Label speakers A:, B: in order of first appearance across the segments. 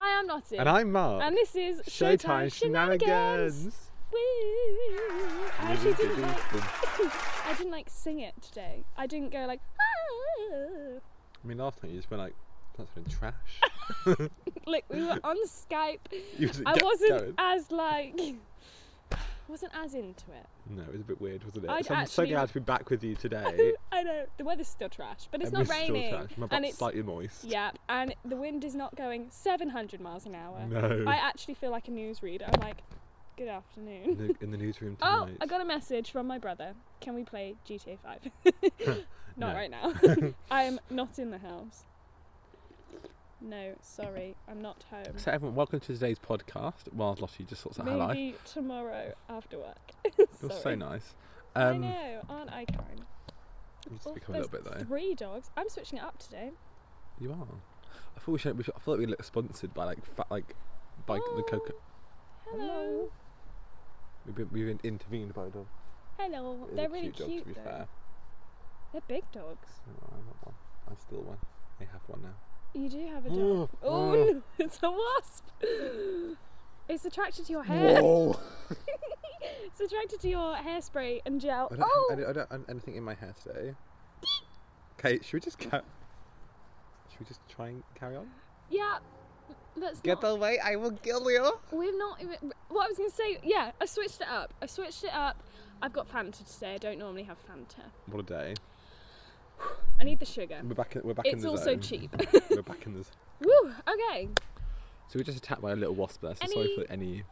A: I'm Lottie.
B: And I'm Mark.
A: And this is
B: Showtime
A: Shenanigans.
B: Shenanigans.
A: Woo. I actually didn't like, I didn't like sing it today. I didn't go like "Ah."
B: I mean, last night you just went like, that's been trash.
A: like we were on Skype.
B: You was
A: I
B: like, "Yeah,
A: wasn't
B: going."
A: as like wasn't as into it.
B: No, it was a bit weird, wasn't it?
A: I'd
B: so I'm
A: actually-
B: so glad to be back with you today.
A: I know the weather's still trash, but it's
B: And
A: not
B: we're still
A: raining,
B: trash. My
A: and
B: butt's
A: it's
B: slightly moist.
A: yeah, and the wind is not going 700 miles an hour.
B: No.
A: I actually feel like a newsreader. I'm like, good
B: In
A: afternoon.
B: the, in the newsroom
A: Oh,
B: tonight.
A: I got a message from my brother. Can we play GTA 5? not
B: No.
A: right now. I am not in the house. No, sorry, I'm not home.
B: So everyone, welcome to today's podcast. Wild Lottie just sorts out her life.
A: Maybe tomorrow after work.
B: You're
A: sorry.
B: so nice.
A: I
B: Um,
A: know, aren't I kind?
B: you just
A: Oh,
B: become a little
A: there's
B: bit though.
A: Three dogs. I'm switching it up today.
B: You are. I thought we should. We should I thought we'd look sponsored by like fat like by the
A: Oh,
B: cocoa.
A: Hello.
B: We've been, we've been intervened by a dog.
A: Hello.
B: It is
A: They're
B: a
A: really
B: cute dog,
A: cute.
B: to be
A: though.
B: fair.
A: They're big dogs.
B: No, I want one. I still one. I have one now.
A: You do have a
B: Oh,
A: dog. Oh,
B: oh.
A: no, it's a wasp. It's attracted to your hair. it's attracted to your hairspray and gel.
B: I don't,
A: Oh,
B: have, I don't, I don't have anything in my hair today. Kate, should we just ca- Should we just try and carry on?
A: yeah. Let's not.
B: away! I will kill you.
A: We've not even. What I was gonna say. Yeah, I switched it up. I switched it up. I've got Fanta today. I don't normally have Fanta.
B: What a day!
A: I need the sugar.
B: We're back. In, we're back in
A: It's
B: the
A: also
B: zone.
A: cheap.
B: we're back in the. z-
A: Woo. Okay.
B: So we're just attacked by a little wasp there. So sorry
A: Any-
B: for any.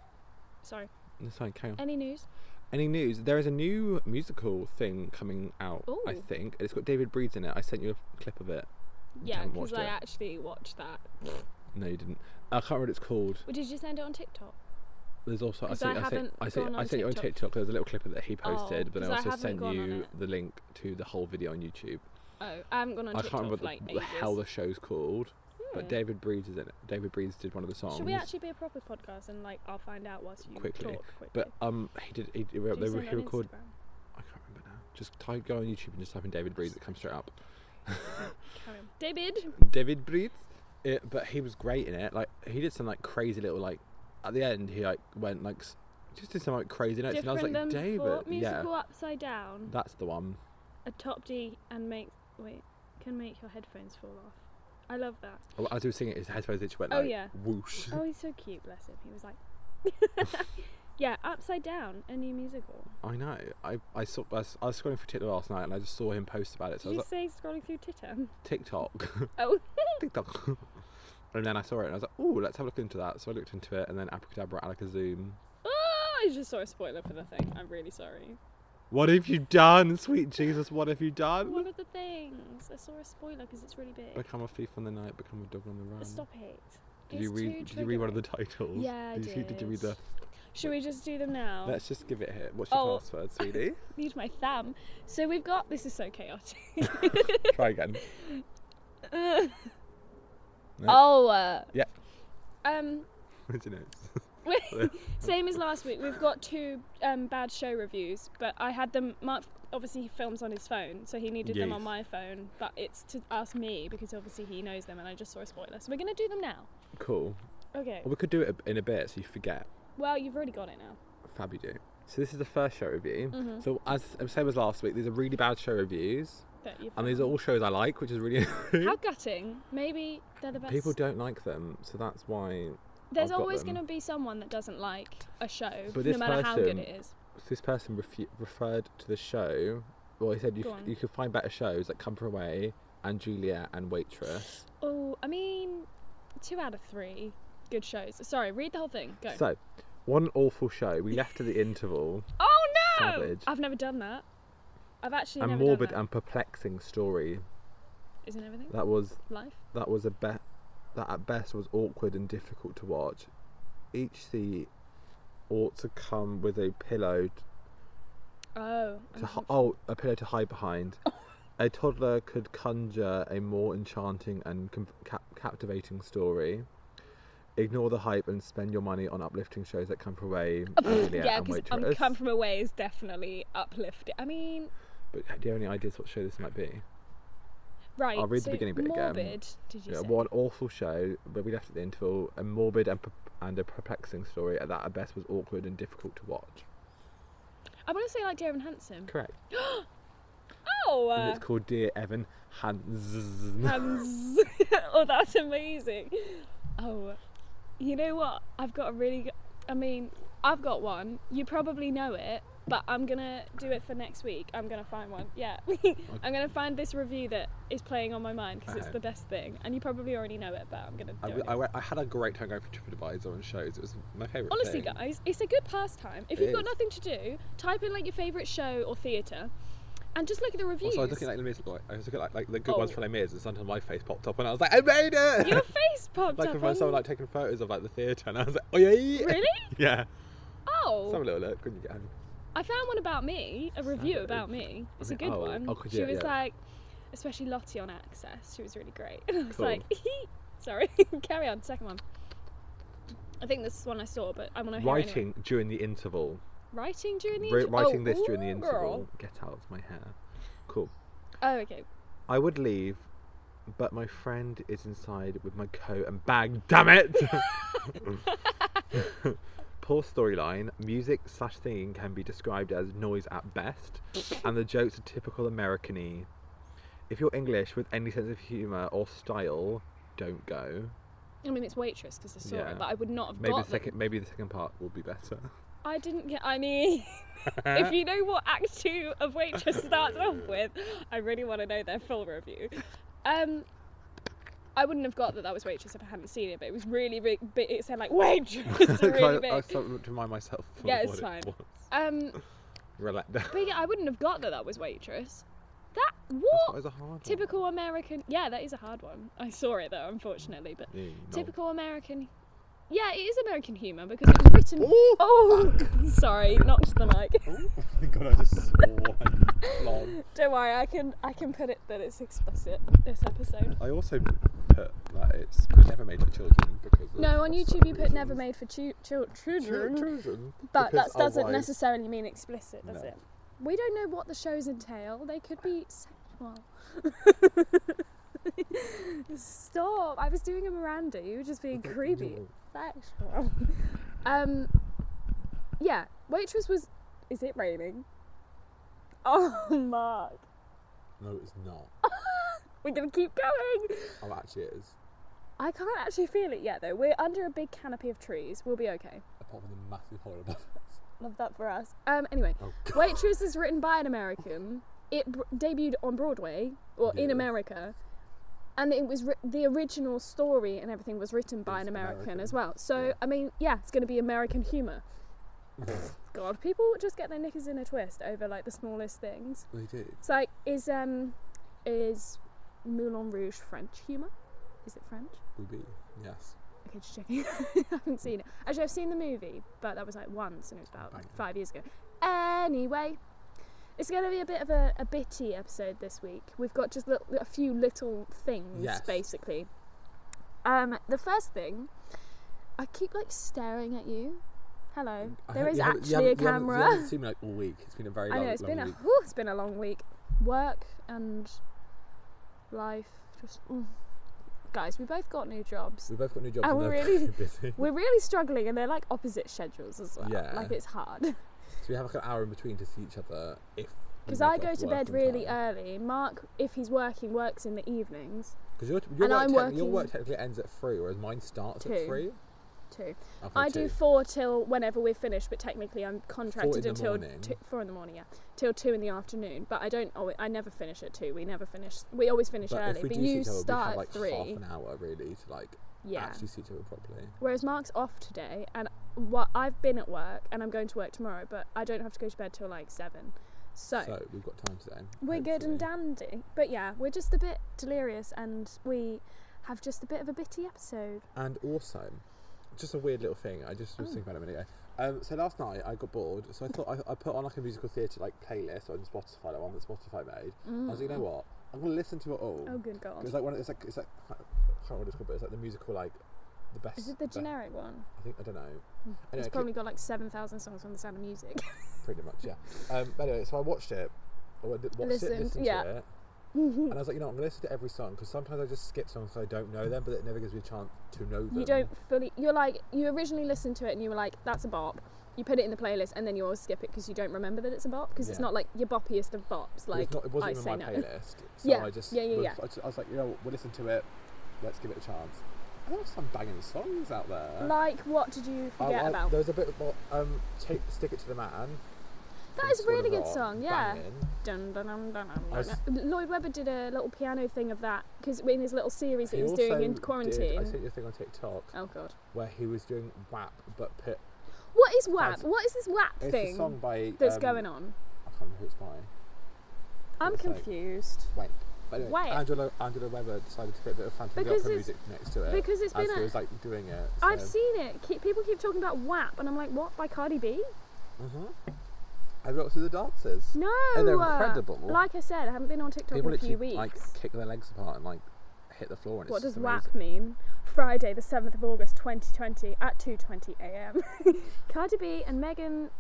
A: Sorry.
B: No, sorry, carry on.
A: Any news?
B: Any news? There is a new musical thing coming out. I
A: Ooh.
B: think it's got David Breeds in it. I sent you a clip of it.
A: Yeah,
B: haven't
A: because
B: watched
A: I
B: it.
A: actually watched that.
B: No, you didn't. I can't remember what it's called.
A: Well, did you send it on TikTok?
B: There's also I
A: 'Cause
B: sent
A: I
B: I, sent
A: haven't
B: I sent
A: gone
B: I
A: on
B: sent you on
A: TikTok.
B: TikTok. There's a little clip of it that he
A: Oh,
B: posted, but
A: 'cause I
B: I also
A: haven't
B: sent
A: gone on
B: you
A: it.
B: the link to the whole video on YouTube.
A: Oh, I haven't gone on
B: I
A: TikTok
B: can't remember
A: for like
B: the, the hell
A: ages.
B: the show's called,
A: Hmm.
B: but David Breeds is in it. David Breeds did one of the songs.
A: Should we actually be a proper podcast and like I'll find out whilst you
B: Quickly,
A: talk quickly?
B: But um, he did. He, he,
A: Do
B: re-
A: you
B: they
A: send
B: re-
A: it
B: he
A: on
B: recorded.
A: Instagram?
B: I can't remember now. Just type, go on YouTube and just type in David Breeds. It comes straight up.
A: Carry on. David.
B: David Breeds. It, Eh, but he was great in it. Like he did some like crazy little like. At the end, he like went like s- just did some like crazy notes,
A: different
B: and I
A: than
B: was like, David,
A: before.
B: yeah,
A: Musical upside down.
B: that's the one.
A: A top D and make wait can make your headphones fall off. I love that.
B: Oh, As he was singing it, his headphones just went
A: Oh,
B: like
A: yeah.
B: whoosh.
A: Oh, he's so cute. Bless him. He was like. yeah, upside down, a new musical.
B: I know. I, I saw I was, I was scrolling through TikTok last night and I just saw him post about it.
A: Did
B: So I
A: you
B: was
A: say
B: like,
A: scrolling through Twitter?
B: TikTok,
A: Oh,
B: TikTok. and then I saw it and I was like, oh, let's have a look into that. So I looked into it and then Abracadabra, Alakazoom.
A: oh! I just saw a spoiler for the thing. I'm really sorry.
B: What have you done, sweet Jesus? What have you done?
A: One of the things I saw a spoiler because it's really big.
B: Become a thief on the night. Become a dog on the run.
A: Stop it.
B: um, Did you
A: It's
B: read?
A: too
B: Did you read one of the
A: triggering.
B: titles?
A: Yeah, I
B: did. You, see- did you read the?
A: did. Should we just do them now?
B: Let's just give it here. What's your
A: Oh.
B: password, sweetie?
A: Need my thumb. So we've got. This is so chaotic.
B: Try again. No.
A: Oh. Uh,
B: Yeah.
A: Um.
B: What's your notes?
A: Same as last week. We've got two um, bad show reviews, but I had them. Mark obviously he films on his phone, so he needed them
B: Yes.
A: on my phone. But it's to ask me because obviously he knows them, and I just saw a spoiler. So we're gonna do them now.
B: Cool.
A: Okay.
B: Well, we could do it in a bit so you forget.
A: Well, you've already got it now.
B: Fab, you do. So this is the first show review.
A: Mm-hmm.
B: So as same as last week, these are really bad show reviews,
A: That you've
B: and these are all shows I like, which is really.
A: How gutting. Maybe they're the best.
B: People don't like them, so that's why.
A: There's
B: I've got
A: always
B: them.
A: going to be someone that doesn't like a show,
B: But
A: no
B: this
A: matter how good
B: person-
A: it is.
B: So this person refu- referred to the show. Well, he said you,
A: Go
B: c-
A: on.
B: you could find better shows like Come From Away and Juliet and Waitress.
A: Oh, I mean, two out of three good shows. Sorry, read the whole thing. Go.
B: So, one awful show. We left at the interval.
A: oh no!
B: Savage.
A: I've never done that. I've actually
B: and
A: never
B: morbid
A: done
B: and perplexing story.
A: that. Isn't everything
B: That was
A: life?
B: that was a bet that at best was awkward and difficult to watch. Each seat ought to come with a pillow t-
A: Oh.
B: to
A: I'm
B: hi- oh a pillow to hide behind. a toddler could conjure a more enchanting and com- cap- captivating story. Ignore the hype and spend your money on uplifting shows that come from away. Juliet
A: yeah,
B: and
A: because I'm
B: Waitress.
A: come from away is definitely uplifting. I mean,
B: uh, But do you have any ideas what show this might be?
A: Right.
B: I'll read the
A: so
B: beginning bit again.
A: morbid, Did you
B: Yeah,
A: say?
B: what an awful show, but we left at the interval. A morbid and, per- and a perplexing story at that at best was awkward and difficult to watch.
A: I want to say like Dear Evan Handsome.
B: Correct.
A: Oh.
B: And
A: Uh,
B: it's called Dear Evan Hansen.
A: hands. oh, that's amazing. Oh, you know what? I've got a really. Go- I mean, I've got one. You probably know it, but I'm gonna do it for next week. I'm gonna find one. Yeah, I'm gonna find this review that is playing on my mind because it's
B: Okay.
A: the best thing, and you probably already know it, but I'm gonna do
B: I,
A: it.
B: I, went- I had a great time going for TripAdvisor on shows. It was my favourite
A: Honestly,
B: thing.
A: guys, it's a good pastime. If
B: It
A: you've got
B: is.
A: nothing to do, type in like your favourite show or theatre, and just look at the reviews.
B: Also, I was looking at the Miz, like, I was looking at like the good ones
A: Oh.
B: from the Miz, and sometimes my face popped up, and I was like, I made it.
A: your face popped
B: like
A: up.
B: if
A: on-
B: I someone like taking photos of like the theatre, and I was like, oh yeah, yeah, yeah."
A: really?
B: yeah.
A: Oh.
B: Let's have a little look when you get home.
A: I found one about me, a review
B: Savage.
A: about me. It's a
B: Okay,
A: good
B: oh,
A: one.
B: oh, could
A: she
B: you-
A: was
B: yeah.
A: like, especially Lottie on Access. She was really great. And I was
B: Cool.
A: like, sorry, carry on. Second one. I think this is one I saw, but I want to hear it anyway.
B: Writing during the interval.
A: Writing during the
B: Wri-
A: interval.
B: writing
A: oh,
B: this during the
A: ooh,
B: interval.
A: girl.
B: Get out of my hair. Cool.
A: Oh, okay.
B: I would leave, but my friend is inside with my coat and bag. Damn it! Poor storyline. Music slash singing can be described as noise at best, and the jokes are typical American-y. If you're English with any sense of humour or style, don't go.
A: I mean, it's waitress because I saw
B: Yeah.
A: it, but I would not have
B: Maybe
A: got
B: the
A: them.
B: second, maybe the second part will be better.
A: I didn't get. I mean, if you know what Act Two of Waitress starts off with, I really want to know their full review. Um, I wouldn't have got that that was Waitress if I hadn't seen it, but it was really big. big it said like Waitress, really
B: I, I
A: big.
B: started to remind myself. Of
A: Yeah,
B: what
A: it's
B: it
A: fine.
B: was.
A: Um,
B: Relax.
A: but yeah, I wouldn't have got that that was Waitress. That
B: That
A: what
B: was a hard one.
A: typical American? Yeah, that is a hard one. I saw it though, unfortunately, but
B: Yeah, no.
A: typical American. Yeah, it is American humour because it was written.
B: Ooh,
A: Oh, sorry, knocked the mic.
B: Oh my god, I just swore. Lol.
A: Don't worry, I can I can put it that it's explicit this episode.
B: I also put that it's we never made for children because. of
A: No, on
B: lots of
A: YouTube you put "never
B: reasons.
A: made for chu- chil-
B: Chil-
A: children,"
B: children.
A: but that
B: because
A: doesn't
B: otherwise-
A: necessarily mean explicit, does
B: No.
A: it? We don't know what the shows entail. They could be sexual. Stop! I was doing a Miranda. You were just being creepy. Sexual. Um. Yeah, waitress was. Is it raining? Oh, Mark,
B: No, it's not.
A: we're gonna keep going.
B: Oh, actually, it is.
A: I can't actually feel it yet though. We're under a big canopy of trees. We'll be okay.
B: Apart from the massive horror above us.
A: Love that for us. Um, anyway,
B: Oh,
A: Waitress is written by an American. It br- debuted on Broadway or in
B: Yeah.
A: America, and it was ri- the original story and everything was written by
B: It's
A: an American,
B: American.
A: as well. So
B: Yeah.
A: I mean, yeah, it's going to be American humor.
B: God.
A: God, people just get their knickers in a twist over like the smallest things.
B: they did.
A: It's like is um is Moulin Rouge French humor? Is it French?
B: Ruby. Yes.
A: Okay, just checking. I haven't seen it. Actually, I've seen the movie, but that was like once, and it was about
B: Bang.
A: five years ago. Anyway, it's going to be a bit of a, a bitty episode this week. We've got just lit- a few little things,
B: Yes.
A: basically. Um, the first thing, I keep like staring at you. Hello.
B: Mm, I
A: there
B: hope
A: is
B: you haven't- you
A: actually a
B: haven't- you haven't- You
A: camera.
B: haven't seen me like all week. It's been a very
A: I
B: long,
A: know it's
B: long
A: been a
B: week.
A: whew, it's been a long week. Work and life, just mm. guys. We both got new jobs.
B: We've both got new jobs.
A: And
B: and
A: we're
B: they're
A: really-
B: busy.
A: We're really struggling, and they're like opposite schedules as well.
B: Yeah.
A: Like it's hard
B: So we have like an hour in between to see each other if. we
A: because
B: make
A: I
B: it
A: go
B: off
A: to
B: work
A: bed
B: on
A: really
B: time.
A: early. Mark, if he's working, works in the evenings
B: Because your, your,
A: And
B: work
A: I'm
B: technically- your
A: working-
B: work technically ends at three, whereas mine starts
A: Two.
B: at three.
A: too.
B: Half
A: I
B: past
A: do
B: two.
A: four till whenever we're finished, but technically I'm contracted
B: the
A: until
B: morning.
A: two, four in the morning. Yeah, till two in the afternoon. But I don't. Always, I never finish at two. We never finish. We always finish
B: But
A: early.
B: if we
A: But
B: do see
A: you
B: each other, we
A: start
B: have like
A: at three.
B: half an hour really to like
A: yeah.
B: actually see each other properly.
A: Whereas Mark's off today, and what I've been at work, and I'm going to work tomorrow, but I don't have to go to bed till like seven.
B: So we've got time today.
A: We're good and
B: hopefully.
A: dandy. But yeah, we're just a bit delirious and we have just a bit of a bitty episode.
B: And also, just a weird little thing. I just was
A: Oh.
B: thinking about it a minute ago. Um, so last night I got bored, so I thought I, I put on like a musical theatre like playlist on Spotify, like one that Spotify made. I was like, you know what? I'm gonna listen to it all.
A: Mm. Oh, good
B: It's
A: God.
B: like one. Of, it's like it's like I can't remember what it's called, but it's like the musical like the best.
A: Is it the
B: be-
A: generic one?
B: I think I don't know. Anyway,
A: It's
B: keep-
A: probably got like 7,000 songs on the sound of music.
B: pretty much yeah. Um, but anyway, so I watched it. I wa- watched it,
A: Listened,
B: listened
A: yeah.
B: to it, and I was like, you know, what, I'm gonna listen to every song because sometimes I just skip songs 'cause I don't know them, but it never gives me a chance to know them.
A: You don't fully. You're like you originally listened to it and you were like, "That's a bop." You put it in the playlist and then you always skip it because you don't remember that it's a bop because it's
B: Yeah.
A: not like your boppiest of bops.
B: Well,
A: Like
B: it's not, it wasn't
A: I
B: even
A: say
B: on my
A: no.
B: playlist. So
A: Yeah,
B: I just,
A: yeah, yeah,
B: was-
A: yeah.
B: I just, I was like, you know, what, we'll listen to it. Let's give it a chance. And there were some banging songs out there.
A: Like what did you
B: Oh, I
A: forget
B: like-
A: about?
B: There was a bit of um, take, stick it to the man.
A: That
B: from
A: is a
B: School
A: really
B: of
A: good
B: Rock,
A: song. Yeah.
B: banging.
A: Dun, dun, dun, dun, dun,
B: I was-
A: dun. Lloyd Webber did a little piano thing of that because in his little series that he was
B: also
A: doing in
B: did- I
A: quarantine.
B: sent you a thing on TikTok
A: oh god.
B: where he was doing WAP, but put,
A: What is WAP?
B: Fancy-
A: What is this WAP
B: it's
A: thing
B: a song by
A: that's
B: um,
A: going on?
B: I can't remember who it's by.
A: I'm
B: it's like-
A: confused.
B: Wait. But anyway,
A: Wait.
B: Angela, Angela Weber decided to put a bit of Phantom of the
A: Because
B: Opera
A: it's-
B: music next to it.
A: because it's
B: uh, as
A: been
B: he
A: a-
B: was like doing it.
A: I've
B: so-
A: seen it. Keep, people keep talking about WAP, and I'm like, what? By Cardi B?
B: Mhm. I've looked through the dances.
A: No.
B: they're
A: uh,
B: incredible.
A: Like I said, I haven't been on TikTok in
B: People
A: a
B: literally
A: few weeks.
B: like kick their legs apart and like hit the floor. And
A: what
B: it's just
A: does WAP
B: amazing.
A: mean? Friday, the 7th of August, 2020, at 2:20 a.m. Cardi B and Megan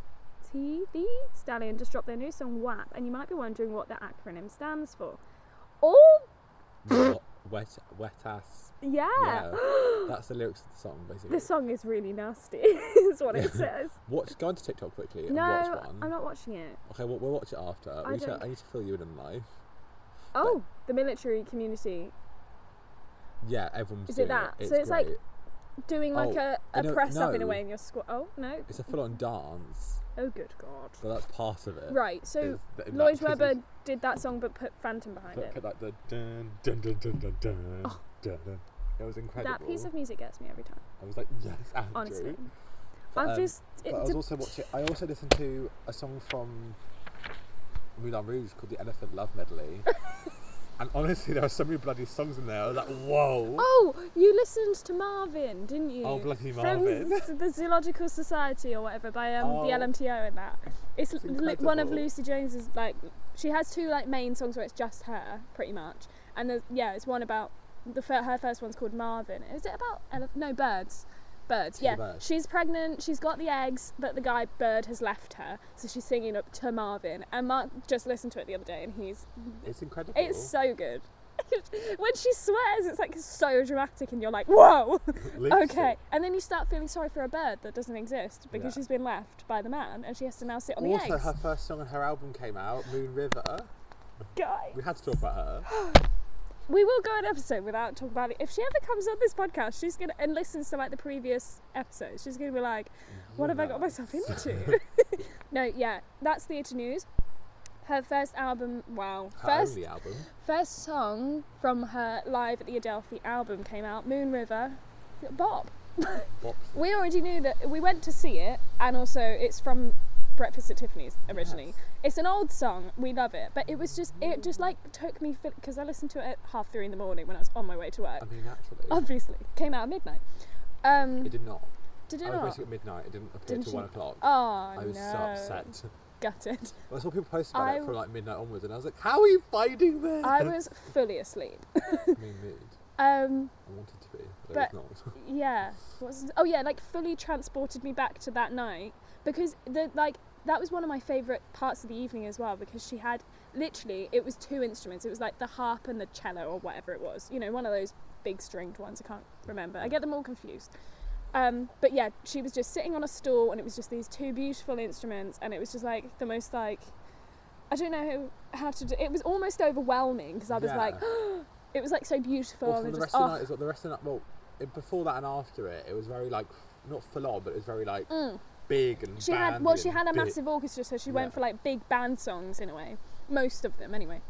A: T. The Stallion just dropped their new song WAP, and you might be wondering what the acronym stands for. Oh,
B: Wet- wet, wet ass.
A: yeah.
B: Yeah. That's the lyrics of the song, basically.
A: The song is really nasty. is what it says.
B: Watch. Go onto TikTok quickly and
A: no,
B: watch one.
A: I'm not watching it.
B: Okay, we'll, we'll watch it after.
A: I
B: we need to,
A: don't-
B: I need to fill you in on life.
A: Oh, the military community
B: Yeah, everyone's
A: Is it
B: doing
A: that?
B: It's
A: So it's like-
B: great.
A: doing like
B: Oh,
A: a, a
B: no,
A: press up in a
B: no.
A: way, and you're squat. Oh no.
B: it's a full-on dance,
A: Oh good god.
B: but that's part of it.
A: Right. So
B: Is that- in that
A: Lloyd
B: particular-
A: Webber did that song, but put Phantom behind
B: Put,
A: it.
B: put like the dun dun dun dun dun dun, dun, dun. It was incredible.
A: Oh. That piece of music gets me every time.
B: I was like, yes, Andrew.
A: Honestly,
B: But,
A: I've
B: um,
A: just.
B: But
A: It,
B: I was
A: dep-
B: also watching. I also listened to a song from Moulin Rouge called the Elephant Love Medley. and honestly, there are so many bloody songs in there. I was like, whoa.
A: oh, you listened to Marvin, didn't you?
B: Oh, bloody
A: From
B: Marvin.
A: s- the Zoological Society or whatever by um, the
B: Oh.
A: LMTO and that. It's,
B: It's
A: li- one of
B: incredible.
A: Lucy Jones's like. She has two like main songs where it's just her, pretty much. And there's yeah, it's one about the fir- her first one's called Marvin. Is it about ele- no birds? Birds,
B: She's a
A: yeah.
B: bird.
A: She's pregnant. She's got the eggs, but the guy bird has left her, so she's singing up to Marvin. And Mark just listened to it the other day, and he's
B: It's incredible.
A: It's so good. when she swears, it's like so dramatic, and you're like, whoa!
B: Literally.
A: okay. And then you start feeling sorry for a bird that doesn't exist because
B: Yeah.
A: she's been left by the man and she has to now sit on the
B: Also,
A: eggs.
B: her first song on her album came out, Moon River.
A: Guy.
B: We had to talk about her.
A: We will go an episode without talking about it. If she ever comes on this podcast, she's gonna and listens to like the previous episodes, she's gonna be like, What have I got myself into? no, yeah, that's theatre news. Her first album, wow.
B: Her
A: first
B: only album.
A: First song from her live at the Adelphi album came out, Moon River. Bob.
B: What?
A: We already knew that we went to see it, and also it's from Breakfast at Tiffany's originally.
B: Yes.
A: It's an old song, we love it, but it was just it just like took me because I listened to it at half three in the morning when I was on my way to work.
B: I mean, naturally.
A: Obviously, came out at midnight. Um,
B: it did not.
A: did it
B: I was
A: not?
B: waiting at midnight. It didn't appear
A: Didn't
B: till
A: you?
B: one o'clock.
A: Oh
B: I was
A: no!
B: so upset.
A: Gutted.
B: I saw people post about
A: I-
B: it from like midnight onwards, and I was like, "How are you finding this?"
A: I was fully asleep.
B: I mean, mood.
A: Um,
B: I wanted to be, but,
A: But-
B: it was not.
A: yeah what was- oh yeah like fully transported me back to that night because the like that was one of my favorite parts of the evening as well because she had literally it was two instruments it was like the harp and the cello or whatever it was you know one of those big stringed ones i can't remember i get them all confused um, but yeah she was just sitting on a stool and it was just these two beautiful instruments and it was just like the most like i don't know how to do it was almost overwhelming because i was
B: Yeah.
A: like it was like so beautiful
B: Well, for
A: and
B: the
A: just,
B: rest of the
A: oh,
B: night is what the rest of the night. Well, it, before that and after it, it was very like not full on, but it was very like big and.
A: Mm. She had
B: bandy
A: well, she
B: and
A: had a
B: big.
A: massive orchestra, so she
B: Yeah.
A: went for like big band songs in a way, most of them anyway,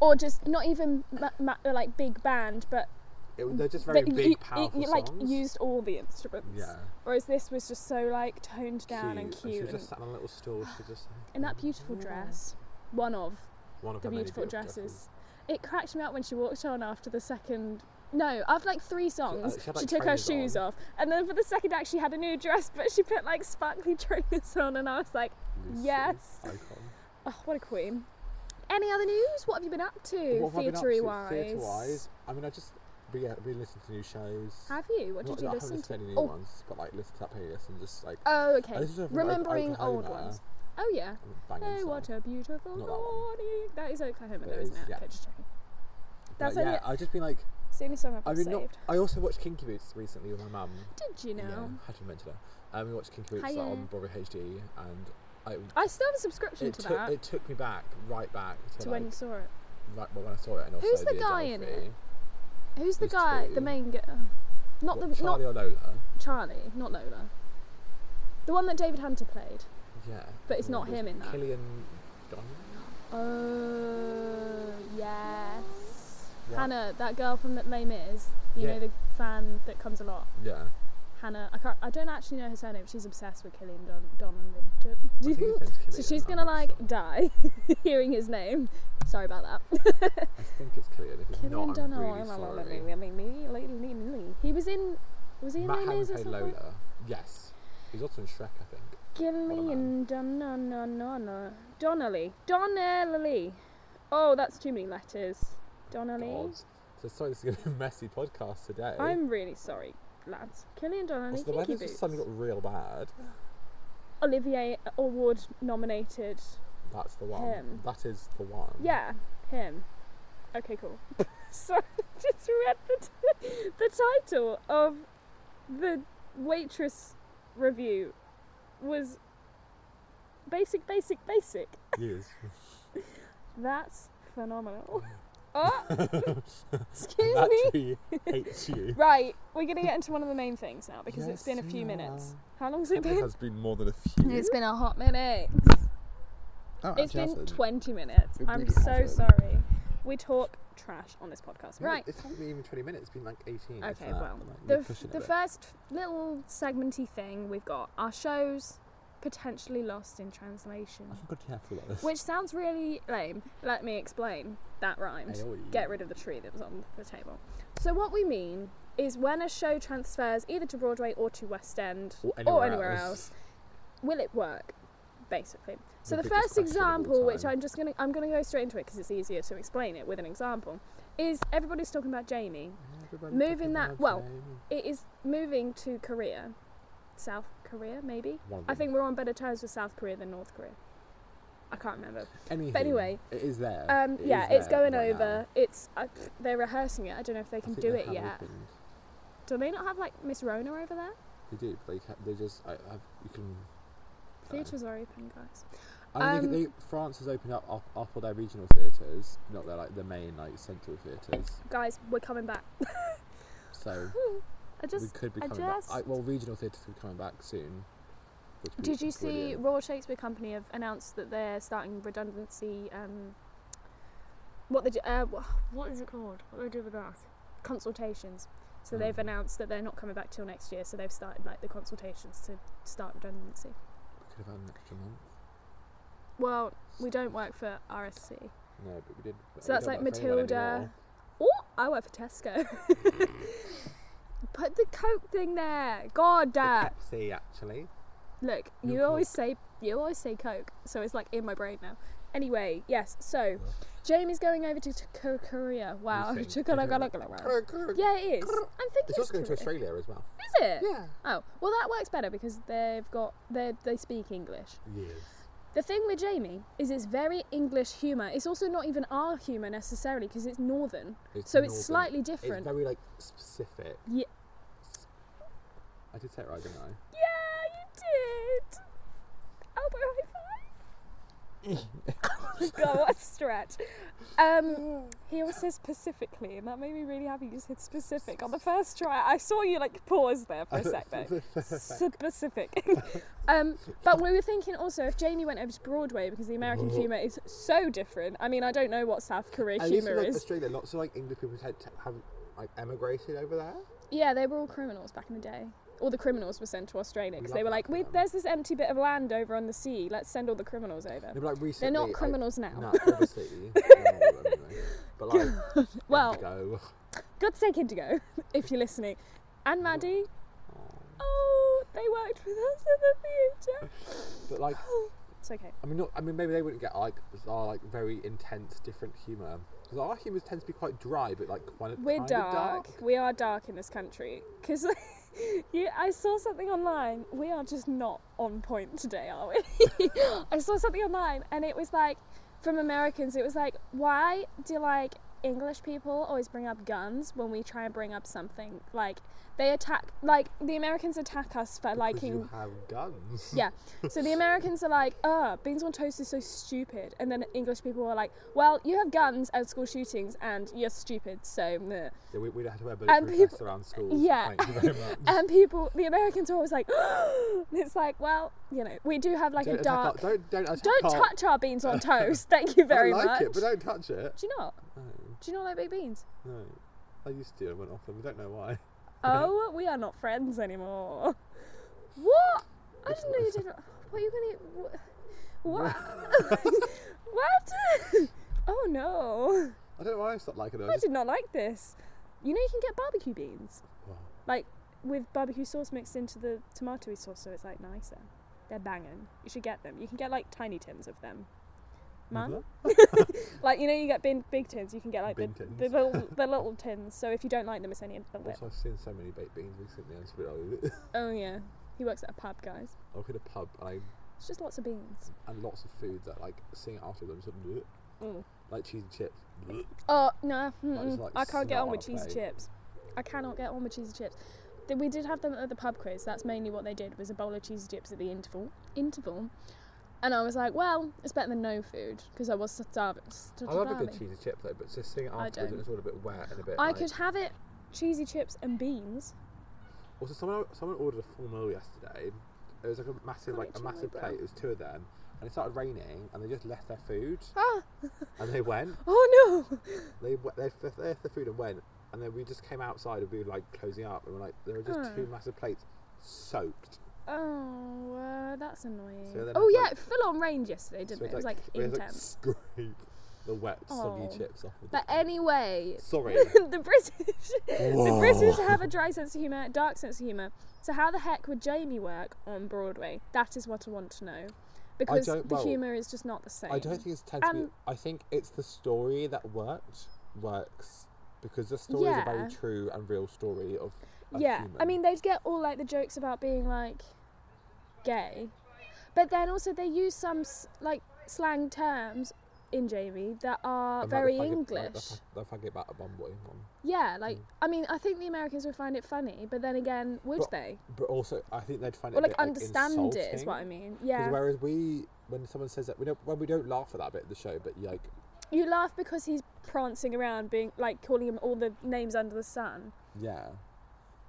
A: or just not even ma- ma- like big band, but
B: It, was- they're just very
A: that
B: big,
A: you-
B: powerful
A: you, like
B: songs.
A: used all the instruments.
B: Yeah.
A: Whereas this was just so like toned down and
B: She
A: cute,
B: was
A: and,
B: just sat on a little stool. She was just
A: in that beautiful dress, one of
B: one of
A: the
B: her many
A: beautiful
B: dresses.
A: dresses. It cracked me up when she walked on after the second. No, after like three songs,
B: she
A: she,
B: had, like,
A: took her
B: trainers
A: shoes
B: on.
A: off, and then for the second act, she had a new dress, but she put like sparkly trainers on, and I was like,
B: Lucy,
A: Yes.
B: Icon.
A: Oh, what a queen. Any other news? What have you been up to,
B: What have I been up to?
A: theatre wise?
B: Theatre wise, I mean, I just re- yeah, re listened to new shows.
A: Have you? What
B: Not
A: did
B: that
A: you
B: I haven't
A: listen
B: listened
A: to?
B: to any new
A: Oh.
B: ones, but like listened to that playlist and just like
A: Oh, okay.
B: I listened to one from O-
A: Remembering old
B: Oklahoma.
A: ones. Oh yeah.
B: Banging
A: Hey,
B: song.
A: what a beautiful
B: Not that one.
A: morning. That is Oak Homer, though,
B: It
A: isn't
B: is,
A: it?
B: yeah.
A: Okay, just checking.
B: But
A: That's
B: yeah,
A: only,
B: I've just been like,
A: it's the only song I've
B: I
A: got
B: mean,
A: saved.
B: not. I also watched Kinky Boots recently with my mum.
A: Did you know?
B: Yeah, had to mention her. Um, we watched Kinky Boots
A: Hiya.
B: on Broadway HD, and I,
A: I still have a subscription
B: it
A: to
B: took
A: that.
B: it took me back, right back to,
A: to
B: like,
A: when you saw it.
B: right well, when I saw it, and also
A: Who's the guy in
B: Adelphi.
A: Who's the
B: There's
A: guy?
B: two.
A: The main guy? Not
B: What,
A: the
B: Charlie
A: not
B: or Lola?
A: Charlie, not Lola. The one that David Hunter played.
B: Yeah,
A: But it's
B: Oh,
A: not
B: there's
A: him in that.
B: Killian Don.
A: Oh yes.
B: What?
A: Hannah, that girl from that Les Mis. You
B: Yeah.
A: know the fan that comes a lot.
B: Yeah,
A: Hannah, I can't. I don't actually know her surname. but She's obsessed with Killian Don. Don and
B: I think his
A: So
B: name's Killian,
A: she's
B: I'm
A: gonna
B: not sure.
A: like die hearing his name. Sorry about that.
B: I think it's Killian. If it's
A: Killian oh,
B: not, I'm
A: Donald.
B: really sorry.
A: He was in. Was he in
B: Matt
A: Les
B: Hammond
A: Mis or
B: played
A: something?
B: Lola. Yes, he's also in Shrek, I think.
A: Gillian Donnelly. Donnelly. Donnelly. Oh, that's too many letters. Donnelly.
B: God. So sorry, this is going to be a messy podcast today.
A: I'm really sorry, lads. Killian Donnelly.
B: also, the
A: Kinky
B: weather's just
A: Boots.
B: suddenly got real bad.
A: Olivier Award nominated.
B: That's the one.
A: Him.
B: That is the one.
A: Yeah, him. Okay, cool. so I just read the, t- the title of the waitress review was basic, basic, basic.
B: Yes.
A: That's phenomenal. Oh, excuse
B: that
A: me.
B: tree hates you.
A: Right, we're gonna get into one of the main things now because it's been a
B: Yes,
A: few
B: we
A: minutes.
B: are.
A: How long's it
B: It
A: been?
B: has been more than a few.
A: It's been a hot minute.
B: oh,
A: It's
B: actually
A: been
B: hasn't.
A: 20 minutes.
B: It
A: I'm
B: really
A: so
B: hasn't.
A: sorry. We talk trash on this podcast.
B: No,
A: Right.
B: It's not been even 20 minutes. It's been like 18. if
A: Okay,
B: that.
A: well,
B: Like,
A: the,
B: we're
A: f-
B: pushing
A: the
B: it a bit.
A: first little segmenty thing we've got are shows potentially lost in translation,
B: I should be careful about this.
A: which sounds really lame. Let me explain. That rhymed.
B: Aoi.
A: Get rid of the tree that was on the table. So, what we mean is when a show transfers either to Broadway or to West End
B: Or
A: or
B: anywhere
A: anywhere
B: else.
A: else, will it work? Basically. So
B: The
A: the,
B: biggest
A: first
B: question of all
A: example, which
B: time.
A: I'm just gonna I'm gonna go straight into it because it's easier to explain it with an example, is everybody's talking about Jamie.
B: Everybody
A: moving
B: talking
A: that-
B: about
A: well,
B: Jamie.
A: It is moving to Korea, South Korea maybe.
B: One of
A: I
B: them.
A: think we're on better terms with South Korea than North Korea. I can't remember.
B: Anywho,
A: but anyway,
B: it is there.
A: Um,
B: It
A: yeah,
B: is
A: it's
B: there
A: going
B: right
A: over.
B: now.
A: It's I, they're rehearsing it. I don't know if they
B: I
A: can
B: think
A: do
B: they
A: it
B: have
A: yet.
B: opened.
A: Do they not have like Miss Rona over there?
B: They do, but they, can, they just I, I, you can.
A: Theatres are open, guys.
B: I mean, they,
A: Um,
B: they, France has opened up up, up all their regional theatres, not their like the main like central theatres.
A: Guys, we're coming back.
B: So
A: I
B: we
A: Hmm, just
B: could be
A: I
B: coming back.
A: just-
B: I, well, regional theatres could be coming back soon. which would be
A: Did you see
B: brilliant.
A: Royal Shakespeare Company have announced that they're starting redundancy? Um, what they do, uh, wh- what is it called? What do they do with that? Consultations. So they've
B: Mhm.
A: announced that they're not coming back till next year. So they've started like the consultations to start redundancy.
B: We could have had an extra month.
A: Well, we don't work for RSC.
B: No, but we did.
A: So that's like Matilda. Oh, I work for Tesco. Put the Coke thing there. God,
B: Uh,
A: Dad.
B: Pepsi, actually.
A: Look,
B: No
A: you always say you always say Coke, so it's like in my brain now. Anyway, yes. So Jamie's going over to t- Ko- Korea. Wow.
B: You
A: yeah, it is.
B: think?
A: I'm thinking
B: It's also going to
A: Korea.
B: Australia as well.
A: Is it?
B: Yeah.
A: Oh, well that works better because they've got they they speak English.
B: Yes.
A: The thing with Jamie is it's very English humour. It's also not even our humour necessarily because it's northern, so
B: northern.
A: it's slightly
B: It's
A: different.
B: very like specific.
A: Ye-
B: I did say it right, didn't I?
A: yeah, you did. Elbow high five. God, what a stretch. Um, he always says specifically, and that made me really happy. You said specific on the first try. I saw you like pause there for a sec though. Specific. um, but we were thinking also if Jamie went over to Broadway because the American humour is so different. I mean, I don't know what South Korea
B: At least in
A: humour
B: like,
A: is.
B: Australia, lots of like English people tend to have like emigrated over there.
A: Yeah, they were all criminals back in the day. All the criminals were sent to Australia because
B: love
A: they were
B: that
A: like,
B: for
A: we,
B: them.
A: there's this empty bit of land over on the sea. Let's send all the criminals over.
B: No, but, like recently,
A: They're not
B: like-
A: criminals now.
B: No, obviously. They're not, anyway. But like,
A: Well-
B: go.
A: God's sake, Indigo, if you're listening. And Maddie, oh, they worked with us in the theatre.
B: But like,
A: It's okay.
B: I mean, not. I mean, maybe they wouldn't get like our like very intense, different humour. Because our humour tends to be quite dry, but like quite
A: We're
B: kind of
A: dark. We are dark in this country because You, I saw something online. We are just not on point today, are we? I saw something online, and it was like from Americans. It was like, why do like English people always bring up guns when we try and bring up something? Like they attack, like the Americans attack us for liking.
B: you have guns.
A: Yeah. So the Americans are like, "Uh, beans on toast is so stupid," and then English people are like, "Well, you have guns and school shootings, and you're stupid." So. meh."
B: Yeah, we, we'd have to wear
A: And
B: bulletproof vests
A: people-
B: around schools.
A: Yeah.
B: Thank you very much.
A: and people, the Americans are always like, it's like, well, you know, we do have like
B: don't
A: a
B: attack our-
A: dark.
B: don't don't attack
A: don't
B: our-
A: touch our beans on toast. Thank you very
B: I like
A: much.
B: it, but don't touch it.
A: Do you not?
B: No,
A: Do you not like baked beans?
B: no. I used to and went off them. We don't know why.
A: Oh, we are not friends anymore. What? I
B: It's
A: didn't know you
B: nice.
A: did. What are you gonna? wh- What? what? oh no!
B: I don't know why I stopped liking them.
A: I did not like this. You know, you can get barbecue beans
B: Wow.
A: with barbecue sauce mixed into the tomatoey sauce, so it's like nicer. They're banging. You should get them. You can get like tiny tins of them. Man, like you know, you get big, big tins. You can get like the,
B: Big tins.
A: the little the little tins. So if you don't like them, it's only a little bit.
B: Also, I've seen so many baked beans recently. I'm just a bit like,
A: Oh yeah, he works at a pub, guys.
B: I was in a pub and
A: It's just lots of beans.
B: I and lots of food that like seeing it after them sort of
A: Mm.
B: like cheese and chips.
A: Oh no, mm-mm.
B: like
A: I can't get
B: snot
A: on
B: on
A: with
B: a
A: cheesy
B: plate.
A: chips. I cannot get on with cheesy chips. Th- We did have them at the pub quiz. That's mainly what they did was a bowl of cheesy chips at the interval. Interval. And I was like, well, it's better than no food because I was starving.
B: I love a good
A: starving.
B: cheese and chip though, but just seeing it
A: I
B: afterwards
A: don't.
B: and it's all a bit wet and a bit.
A: I
B: like-
A: could have it cheesy chips and beans.
B: Also, someone someone ordered a full meal yesterday. It was like a massive
A: Got
B: like
A: itchy
B: a
A: on my
B: massive
A: brow.
B: plate. It was two of them, and it started raining, and they just left their food
A: Ah,
B: and they went.
A: oh no!
B: They w- they f- they left their food and went, and then we just came outside and we were like closing up, and we're like there were just
A: Oh.
B: two massive plates soaked.
A: Oh, uh, that's annoying.
B: So then
A: oh
B: it's
A: yeah,
B: like-
A: it full on rained yesterday, didn't
B: we
A: it?
B: had
A: It was like
B: we had to,
A: intense.
B: scrape the wet soggy
A: Oh.
B: chips off. Of
A: But
B: the-
A: anyway,
B: Sorry.
A: the British, the
B: Whoa.
A: British have a dry sense of humour, dark sense of humour. So how the heck would Jamie work on Broadway? That is what I want to know, because the
B: don't- well,
A: humour is just not the same.
B: I don't think it's tends to be.
A: Um,
B: I think it's the story that worked works because the story is a very
A: Yeah.
B: true and real story of. a
A: yeah, I
B: human.
A: mean they'd get all like the jokes about being like gay, but then also they use some s- like slang terms in Jamie that are
B: And, like, the
A: very
B: faggot- like,
A: English.
B: the, Hmm. fag- the faggot about a bum boy one.
A: Yeah, like I mean, I think the Americans would find it funny, but then again, would
B: But-
A: they?
B: But also, I think they'd find it
A: Or
B: a
A: like
B: bit,
A: understand
B: like,
A: it is what I mean.
B: Because
A: Yeah,
B: whereas we, when someone says that, we don't, well, we don't laugh at that bit of the show, but like,
A: you laugh because he's prancing around, being like calling him all the names under the sun,
B: yeah.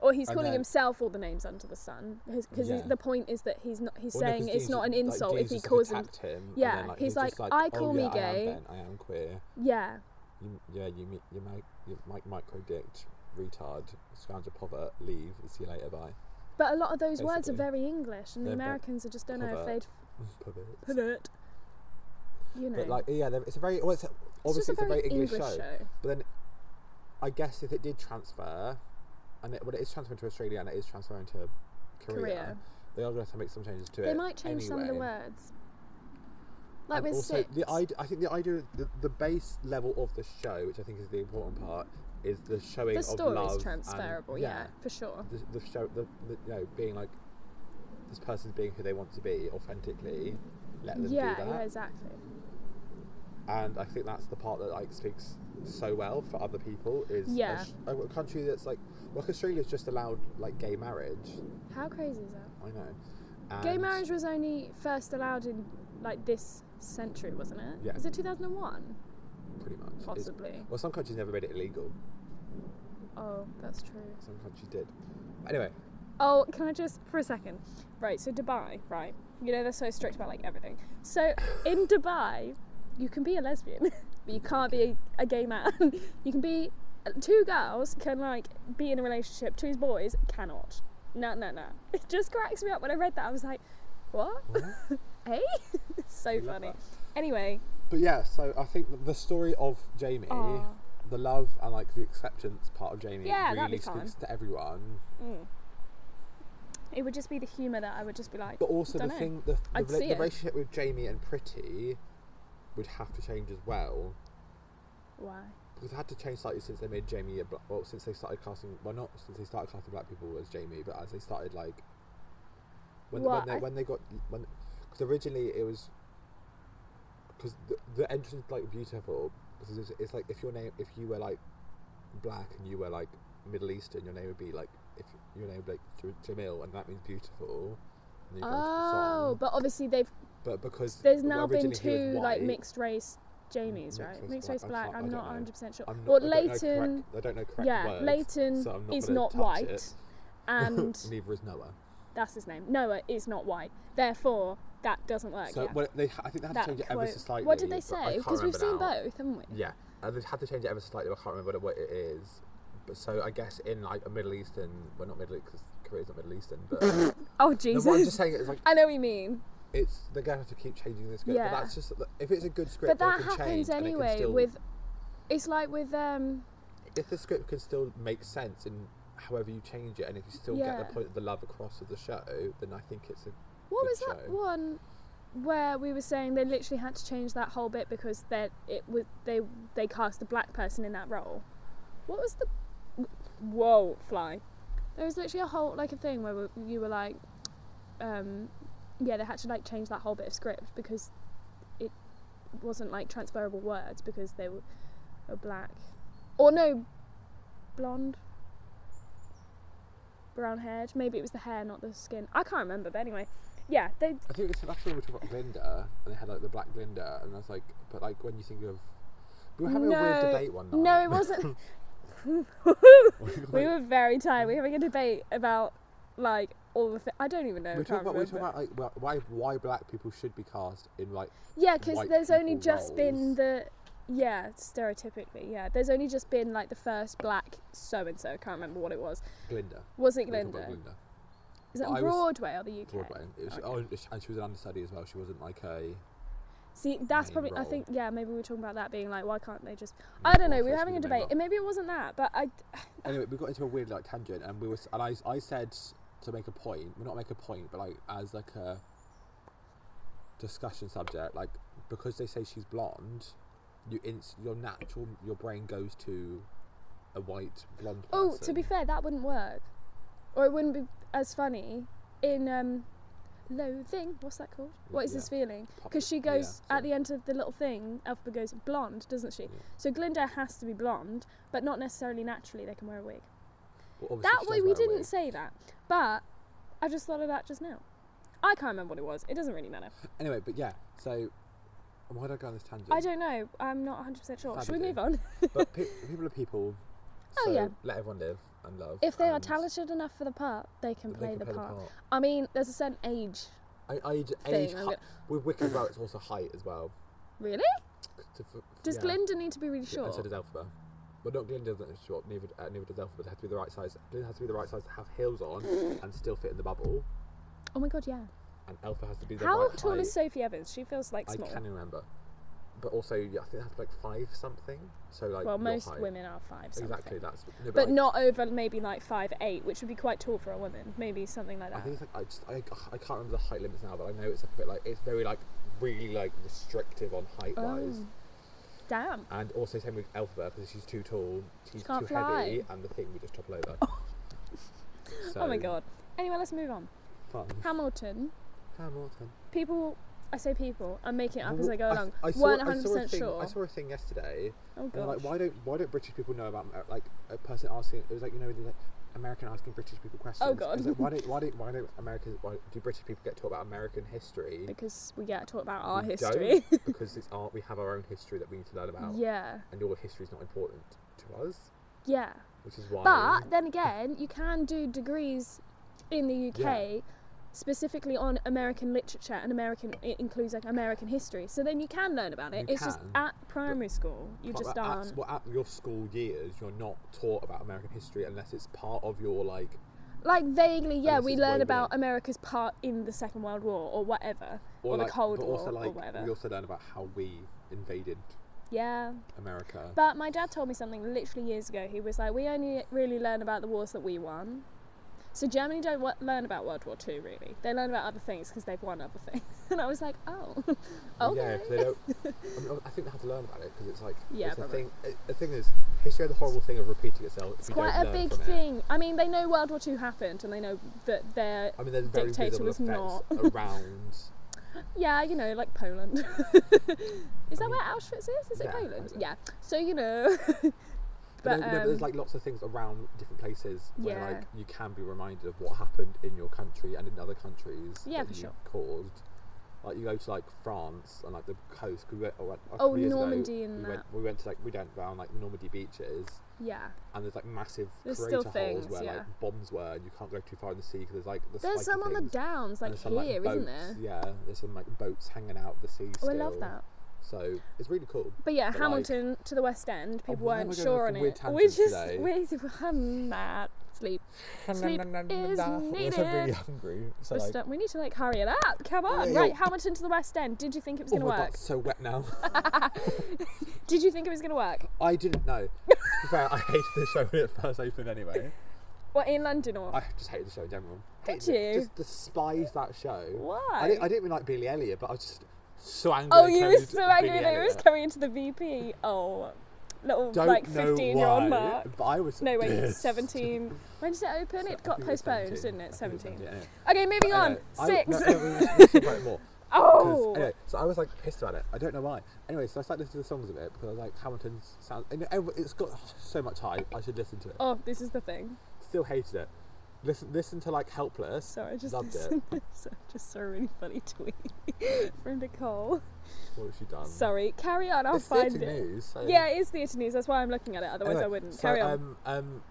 A: or he's
B: And
A: calling
B: then-
A: himself all the names under the sun. Because
B: Yeah.
A: the point is that he's not. He's
B: Well, no,
A: saying
B: 'cause
A: it's
B: Dean's
A: not an
B: just- like,
A: insult
B: Dean's
A: if he
B: just
A: calls him.
B: attacked him. and
A: Yeah,
B: then,
A: he's
B: just
A: like, "I call
B: oh,
A: me
B: yeah,
A: gay."
B: I am, then, I am queer.
A: Yeah,
B: You, yeah, you meet you mic you mic micro dicked retard scoundrel povert. Leave. See you later. Bye.
A: but a lot of those words are
B: Basically.
A: very English, and the
B: They're bo-
A: Americans are just don't know if
B: pervert.
A: they'd
B: Pervert.
A: put it. You know,
B: But like, yeah, there- it's a very well, it's a, obviously it's
A: it's just
B: a very English,
A: English
B: show. But then, I guess if it did transfer, and it, well, it is transferring to Australia and it is transferring to Korea,
A: Korea.
B: they are going to have to make some changes to it.
A: They might change some of the
B: anyway.
A: words. Like
B: and
A: with
B: also
A: six.
B: the idea, I think the idea, the, the base level of the show, which I think is the important part, is the showing
A: the
B: of love.
A: story's
B: and-
A: transferable, yeah, for sure.
B: The, the show, the, the you know, being like this person's being who they want to be authentically. Let them
A: Yeah,
B: do that.
A: yeah, exactly.
B: and I think that's the part that like speaks so well for other people is a
A: Yeah.
B: sh- a, a country that's like like Australia's just allowed like gay marriage.
A: How crazy is that?
B: I know. And
A: Gay marriage was only first allowed in like this century, wasn't it?
B: Yeah.
A: Was it 2001?
B: pretty much. is-
A: Possibly.
B: well, some countries never made it illegal.
A: Oh, that's true.
B: Some countries did. Anyway,
A: Oh, can I just for a second? Right, so Dubai, right? You know they're so strict about like everything. So in Dubai, you can be a lesbian, but you can't be a, a gay man. you can be two girls can like be in a relationship. Two boys cannot. No, no, no. It just cracks me up when I read that. I was like, what? hey, It's so
B: We love
A: funny.
B: that.
A: Anyway,
B: but yeah, so I think the- the story of Jamie,
A: Aw.
B: the love and like the acceptance part of Jamie
A: Yeah, that'd
B: really
A: be fun.
B: speaks to everyone.
A: it would just be the humour that I would just be like.
B: But also the
A: Dunno.
B: thing, the, the,
A: I'd
B: rela-
A: see
B: the
A: it.
B: relationship with Jamie and Pretty would have to change as well
A: Why?
B: because I had to change slightly since they made Jamie a black. Well, since they started casting, well, not since they started casting black people as Jamie, but as they started like when
A: Well,
B: when
A: I-
B: they when they got when because originally it was because the, the entrance is like beautiful because it's, it's like if your name if you were like black and you were like Middle Eastern, your name would be like if your name would be like J- Jamil, and that means beautiful. And then you go into the song.
A: Oh, but obviously they've
B: But because
A: there's now been
B: originally he was
A: two like
B: white,
A: mixed race Jamies,
B: Mixed
A: right?
B: race
A: mixed race
B: black. I
A: black.
B: can't-
A: I'm
B: I don't
A: not
B: know.
A: 100 percent sure.
B: I'm not,
A: well,
B: I don't know correct-
A: Leighton,
B: I don't know correct
A: yeah,
B: words,
A: Leighton
B: so I'm
A: is
B: gonna
A: not
B: touch
A: white,
B: it.
A: and
B: Neither is Noah.
A: that's his name. Noah is not white. Therefore, that doesn't work.
B: So
A: yeah.
B: well, they, I think they had
A: That
B: to change it ever
A: quote-
B: so slightly.
A: What did they
B: but I
A: say?
B: can't
A: Because we've
B: remember
A: seen
B: now.
A: both, haven't we?
B: Yeah, uh, they had to change it ever so slightly. but I can't remember what it is. But so I guess in like a Middle Eastern, well not Middle because Korea's not Middle Eastern, but no,
A: Oh
B: what I'm just
A: Jesus!
B: saying is like
A: I know what you mean.
B: it's they're gonna have to keep changing the script.
A: Yeah.
B: But that's just if it's a good
A: But
B: script,
A: that
B: they can
A: happens
B: change, and it can
A: anyway
B: still-
A: with. It's like with um
B: if the script can still make sense in however you change it, and if you still get
A: Yeah.
B: the point of the love across of the show, then I think it's a
A: what
B: good
A: was that
B: show.
A: one where we were saying they literally had to change that whole bit because that it was they they cast a black person in that role. What was the whoa fly? There was literally a whole like a thing where we- you were like, um, yeah, they had to like change that whole bit of script because it wasn't like transferable words because they were, were black or no blonde. Brown haired, maybe it was the hair, not the skin. I can't remember, but anyway, yeah, they
B: I think it's that's when we were talking about Glinda, and they had like the black Glinda, and I was like, but like when you think of, we were having a weird
A: No,
B: debate one night.
A: No, it wasn't. we
B: Like,
A: were very tired. We were having a debate about like all the. Thi- I don't even know.
B: we were
A: I
B: talking
A: can't
B: about we were talking
A: remember.
B: about like well, why why black people should be cast in like
A: yeah, because
B: white
A: there's only
B: people
A: just been
B: roles.
A: the. Yeah, stereotypically, yeah. There's only just been like the first black so and so. I can't remember what it was.
B: Glinda.
A: Was it
B: We were talking about
A: Glinda?
B: Glinda.
A: Is that
B: I was-
A: Broadway or the UK?
B: Broadway. It was,
A: Okay.
B: oh, and she- and she was an understudy as well. She wasn't like a.
A: See, that's
B: main
A: probably. I
B: role.
A: think yeah, maybe we were talking about that being like, why can't they just? I don't know. We were
B: Broadway
A: having a
B: should be the
A: debate.
B: main role.
A: And maybe it wasn't that, but I.
B: anyway, we got into a weird like tangent, and we were and I I said to make a point, well, not make a point, but like as like a discussion subject, like because they say she's blonde, you inst- your natural your brain goes to a white blonde.
A: Oh,
B: person.
A: to be fair, that wouldn't work, or it wouldn't be as funny in um, loathing. What's that called? What is this feeling?
B: Pop-
A: Because she
B: yeah,
A: goes
B: so-
A: at the e, end of the little thing. Elphaba goes blonde, doesn't she?
B: Yeah.
A: So Glinda has to be blonde, but not necessarily naturally. They can wear a wig.
B: Well, obviously
A: That
B: she
A: way, we
B: does wear a
A: didn't
B: wig.
A: say that, but I just thought of that just now. I can't remember what it was. It doesn't really matter.
B: Anyway, but yeah, so why did I go on this tangent?
A: I don't know. I'm not 100% sure. Should we
B: Fabulous.
A: move on?
B: But pe- people are people.
A: Oh,
B: so
A: yeah.
B: Let everyone live and love.
A: If they are
B: and
A: talented enough for the part, they can
B: they
A: play,
B: can
A: the, part.
B: part.
A: I mean, there's a certain age.
B: I, I, age,
A: Thing,
B: age
A: I'm
B: hi-
A: go-
B: with Wicked Row, it's also height as well.
A: Really?
B: 'Cause to f-
A: Does
B: yeah.
A: Glinda need to be really
B: Yeah,
A: short?
B: And so does Elphaba. But not Glinda doesn't look short, neither, uh, neither does Elphaba. They have to be the right size. Glinda has to be the right size to have heels on and still fit in the bubble.
A: Oh my god, yeah.
B: And Elphaba has to be the
A: How
B: right
A: tall
B: height.
A: is Sophie Evans? She feels like
B: I
A: small.
B: can remember. But also, yeah, I think they have to be like five something. So like
A: well,
B: your
A: most
B: height.
A: women are five something.
B: Exactly, that's. No,
A: But
B: I,
A: not over maybe like five eight, which would be quite tall for a woman. Maybe something like
B: I
A: that.
B: think it's like I just I, I can't remember the height limits now, but I know it's like a bit like it's very like really like restrictive on height wise.
A: Oh. Damn.
B: And also same with Elphaba because she's too tall, she's
A: can't
B: too heavy,
A: fly.
B: and the thing would just topple over.
A: oh my
B: So,
A: god. Anyway, let's move on.
B: Fun.
A: Hamilton.
B: Hamilton.
A: People. I say people. I'm making it up
B: Well,
A: as I go
B: I-
A: along.
B: I saw-
A: weren't
B: I saw a
A: 100%
B: thing-
A: sure.
B: I saw a thing yesterday,
A: oh
B: and I'm
A: god.
B: like, why don't why don't British people know about Amer- like a person asking? It was like you know, like American asking British people questions. I was
A: Oh, God.
B: like, why don't why don't why don't Americans why do British people get taught about American history?
A: because we get to talk about our
B: We
A: history.
B: don't, because it's our we have our own history that we need to learn about,
A: yeah.
B: and your history is not important to us,
A: Yeah.
B: which is why.
A: But then again, you can do degrees in the UK specifically on American literature and American it includes like American history. So then you can learn about it.
B: You
A: it's just
B: can,
A: at primary school you
B: Like,
A: just
B: at-
A: aren't.
B: At, well, at your school years, you're not taught about American history unless it's part of your like.
A: Like vaguely, yeah,
B: this
A: we
B: is
A: learn
B: way
A: about
B: weird.
A: America's part in the Second World War or whatever, or,
B: like,
A: the Cold
B: but
A: War
B: also, like,
A: or whatever.
B: We also learn about how we invaded
A: Yeah.
B: America.
A: But my dad told me something literally years ago. He was like, "We only really learn about the wars that we won." So Germany don't wa- learn about World War Two really. They learn about other things because they've won other things. And I was like, oh, okay.
B: Yeah, 'cause they don't. I, mean, I think they had to learn about it because it's like
A: Yeah,
B: it's the
A: probably.
B: thing. it- The thing is, history had the horrible thing of repeating itself. if
A: It's
B: you
A: quite
B: don't
A: a
B: learn
A: big
B: from it.
A: thing. I mean, they know World War Two happened, and they know that they're
B: I mean, there's very
A: Dictator
B: visible
A: was
B: effects
A: not.
B: around.
A: yeah, you know, like Poland. is that
B: mean-
A: where Auschwitz is? Is it
B: Yeah,
A: Poland?
B: I-
A: Yeah. So you know, But,
B: But, no, no, but there's
A: um,
B: like lots of things around different places where
A: Yeah.
B: like you can be reminded of what happened in your country and in other countries
A: Yeah,
B: that
A: for
B: you
A: sure.
B: caused. Like you go to like France and like the coast. 'cause We went, oh, like, a
A: Oh,
B: couple years ago,
A: Normandy and
B: we
A: that.
B: Went, we went to like we went around like the Normandy beaches
A: yeah.
B: and there's like massive
A: There's still
B: crater
A: things,
B: holes where
A: yeah.
B: like bombs were and you can't go too far in the sea because there's like the
A: There's
B: spiky
A: some on the
B: things.
A: downs,
B: And
A: like
B: there's
A: here,
B: some,
A: not
B: like, boats-
A: there?
B: Yeah, there's some like boats hanging out the sea.
A: Oh,
B: Still.
A: I love that.
B: So it's really cool.
A: But yeah,
B: But, like- oh,
A: Hamilton to the West End, people
B: why am I
A: weren't
B: going
A: sure
B: off
A: on
B: on weird
A: it. We
B: tangents
A: just
B: today?
A: we had that sleep. Sleep is
B: Yes, I'm really
A: needed.
B: hungry. So
A: We're
B: like,
A: stuck- uh, we need to like hurry it up. Come on,
B: Yeah.
A: right? Hamilton to the West End. Did you think it was
B: oh
A: gonna
B: my god,
A: work?
B: it's so wet now.
A: Did you think it was gonna work?
B: I didn't know. to be fair, I hated the show when it first opened anyway.
A: Well, in London or
B: I just hated the show in general.
A: Did
B: Hated it.
A: you?
B: Just despised that show. I
A: Why?
B: didn't, I didn't really like Billy Elliot, but I was just so angry.
A: Oh,
B: it
A: you were
B: came to
A: so angry
B: Billy
A: that it was
B: Elliot.
A: coming into the VP. Oh, little
B: Don't
A: like
B: know
A: 15 year old
B: why,
A: mark.
B: But I was
A: No, wait,
B: pissed.
A: 17. When did it open? It
B: I
A: got
B: think was
A: postponed,
B: 17.
A: didn't
B: I
A: it?
B: think was
A: 17.
B: yeah.
A: Okay, moving on.
B: Anyway,
A: Six.
B: I, no, no, we- we should talk about it more. 'Cause,
A: oh!
B: Anyway, so I was like pissed about it. I don't know why. Anyway, so I started listening to the songs of it because I was like Hamilton's sound. And every- it's got so much hype. I should listen to it.
A: Oh, this is the thing.
B: Still hated it. Listen, listen to like Helpless.
A: Sorry, I just
B: loved
A: listened. so I just saw a really funny tweet from Nicole.
B: it. What has she done?
A: Sorry, carry on. I'll
B: Um, it's
A: find
B: theatre
A: it.
B: news. So.
A: Yeah, it is theatre news. That's why I'm looking at it. Otherwise,
B: Anyway,
A: I wouldn't.
B: So,
A: carry on.
B: Um, um,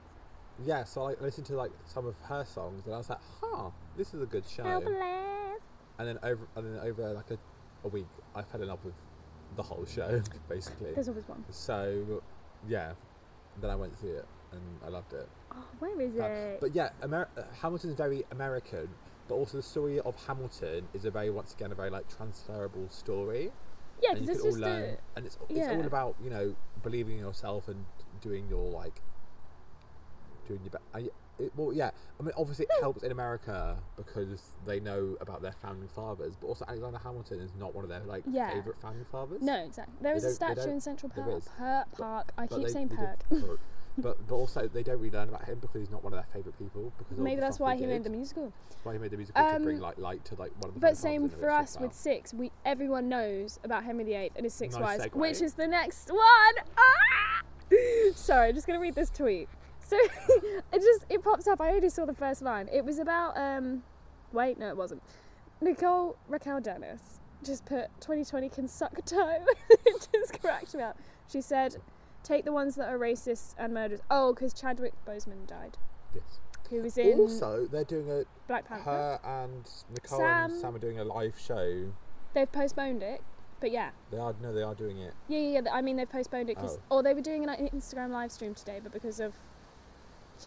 B: yeah, so I listened to like some of her songs, and I was like, "Huh, this is a good show."
A: How blessed.
B: And then over, and then over like a, a week, I fell in love with the whole show, basically.
A: There's always one.
B: So, yeah, then I went through it and I loved it.
A: Oh, where is
B: Uh,
A: it?
B: But yeah, Amer- uh, Hamilton's very American, but also the story of Hamilton is a very, once again, a very like transferable story.
A: yeah,
B: and
A: because
B: you
A: it's
B: can all
A: just
B: learn,
A: a.
B: and it's, it's
A: yeah.
B: all about you know believing in yourself and doing your like doing your best. It, well, yeah. I mean, obviously, it helps in America because they know about their founding fathers, but also Alexander Hamilton is not one of their like
A: Yeah.
B: favorite founding fathers.
A: No, exactly. There
B: They
A: is a
B: don't- they
A: statue
B: don't-
A: in Central
B: there
A: Park.
B: is.
A: Per- Park. I
B: But
A: keep
B: they-
A: saying
B: they
A: Perk.
B: did- Perk. but but also they don't really learn about him because he's not one of their favorite people. Because all
A: Maybe
B: the
A: that's
B: stuff
A: why
B: they
A: he
B: did,
A: made the musical.
B: why he made the musical to bring
A: Um,
B: like light to like one of the.
A: But
B: founding fathers
A: same
B: and all
A: for
B: that
A: us
B: shit
A: with
B: now.
A: six. We everyone knows about Henry VIII and his six
B: Nice
A: wives,
B: segue.
A: which is the next one. Ah! Sorry, I'm just gonna read this tweet. So it just it pops up. I only saw the first line. It was about um, wait, no, it wasn't. Nicole Raquel Dennis just put 2020 can suck time. it just cracked me up. She said, take the ones that are racist and murderers. Oh, because Chadwick Boseman died.
B: Yes.
A: Who was in
B: Also, they're doing a
A: Black Panther.
B: Her and Nicole and
A: Sam.
B: Sam are doing a live show.
A: They've postponed it, but yeah.
B: They are no, they are doing it.
A: Yeah, yeah, yeah. I mean, they postponed it because,
B: Oh.
A: or they were doing an uh, Instagram live stream today, but because of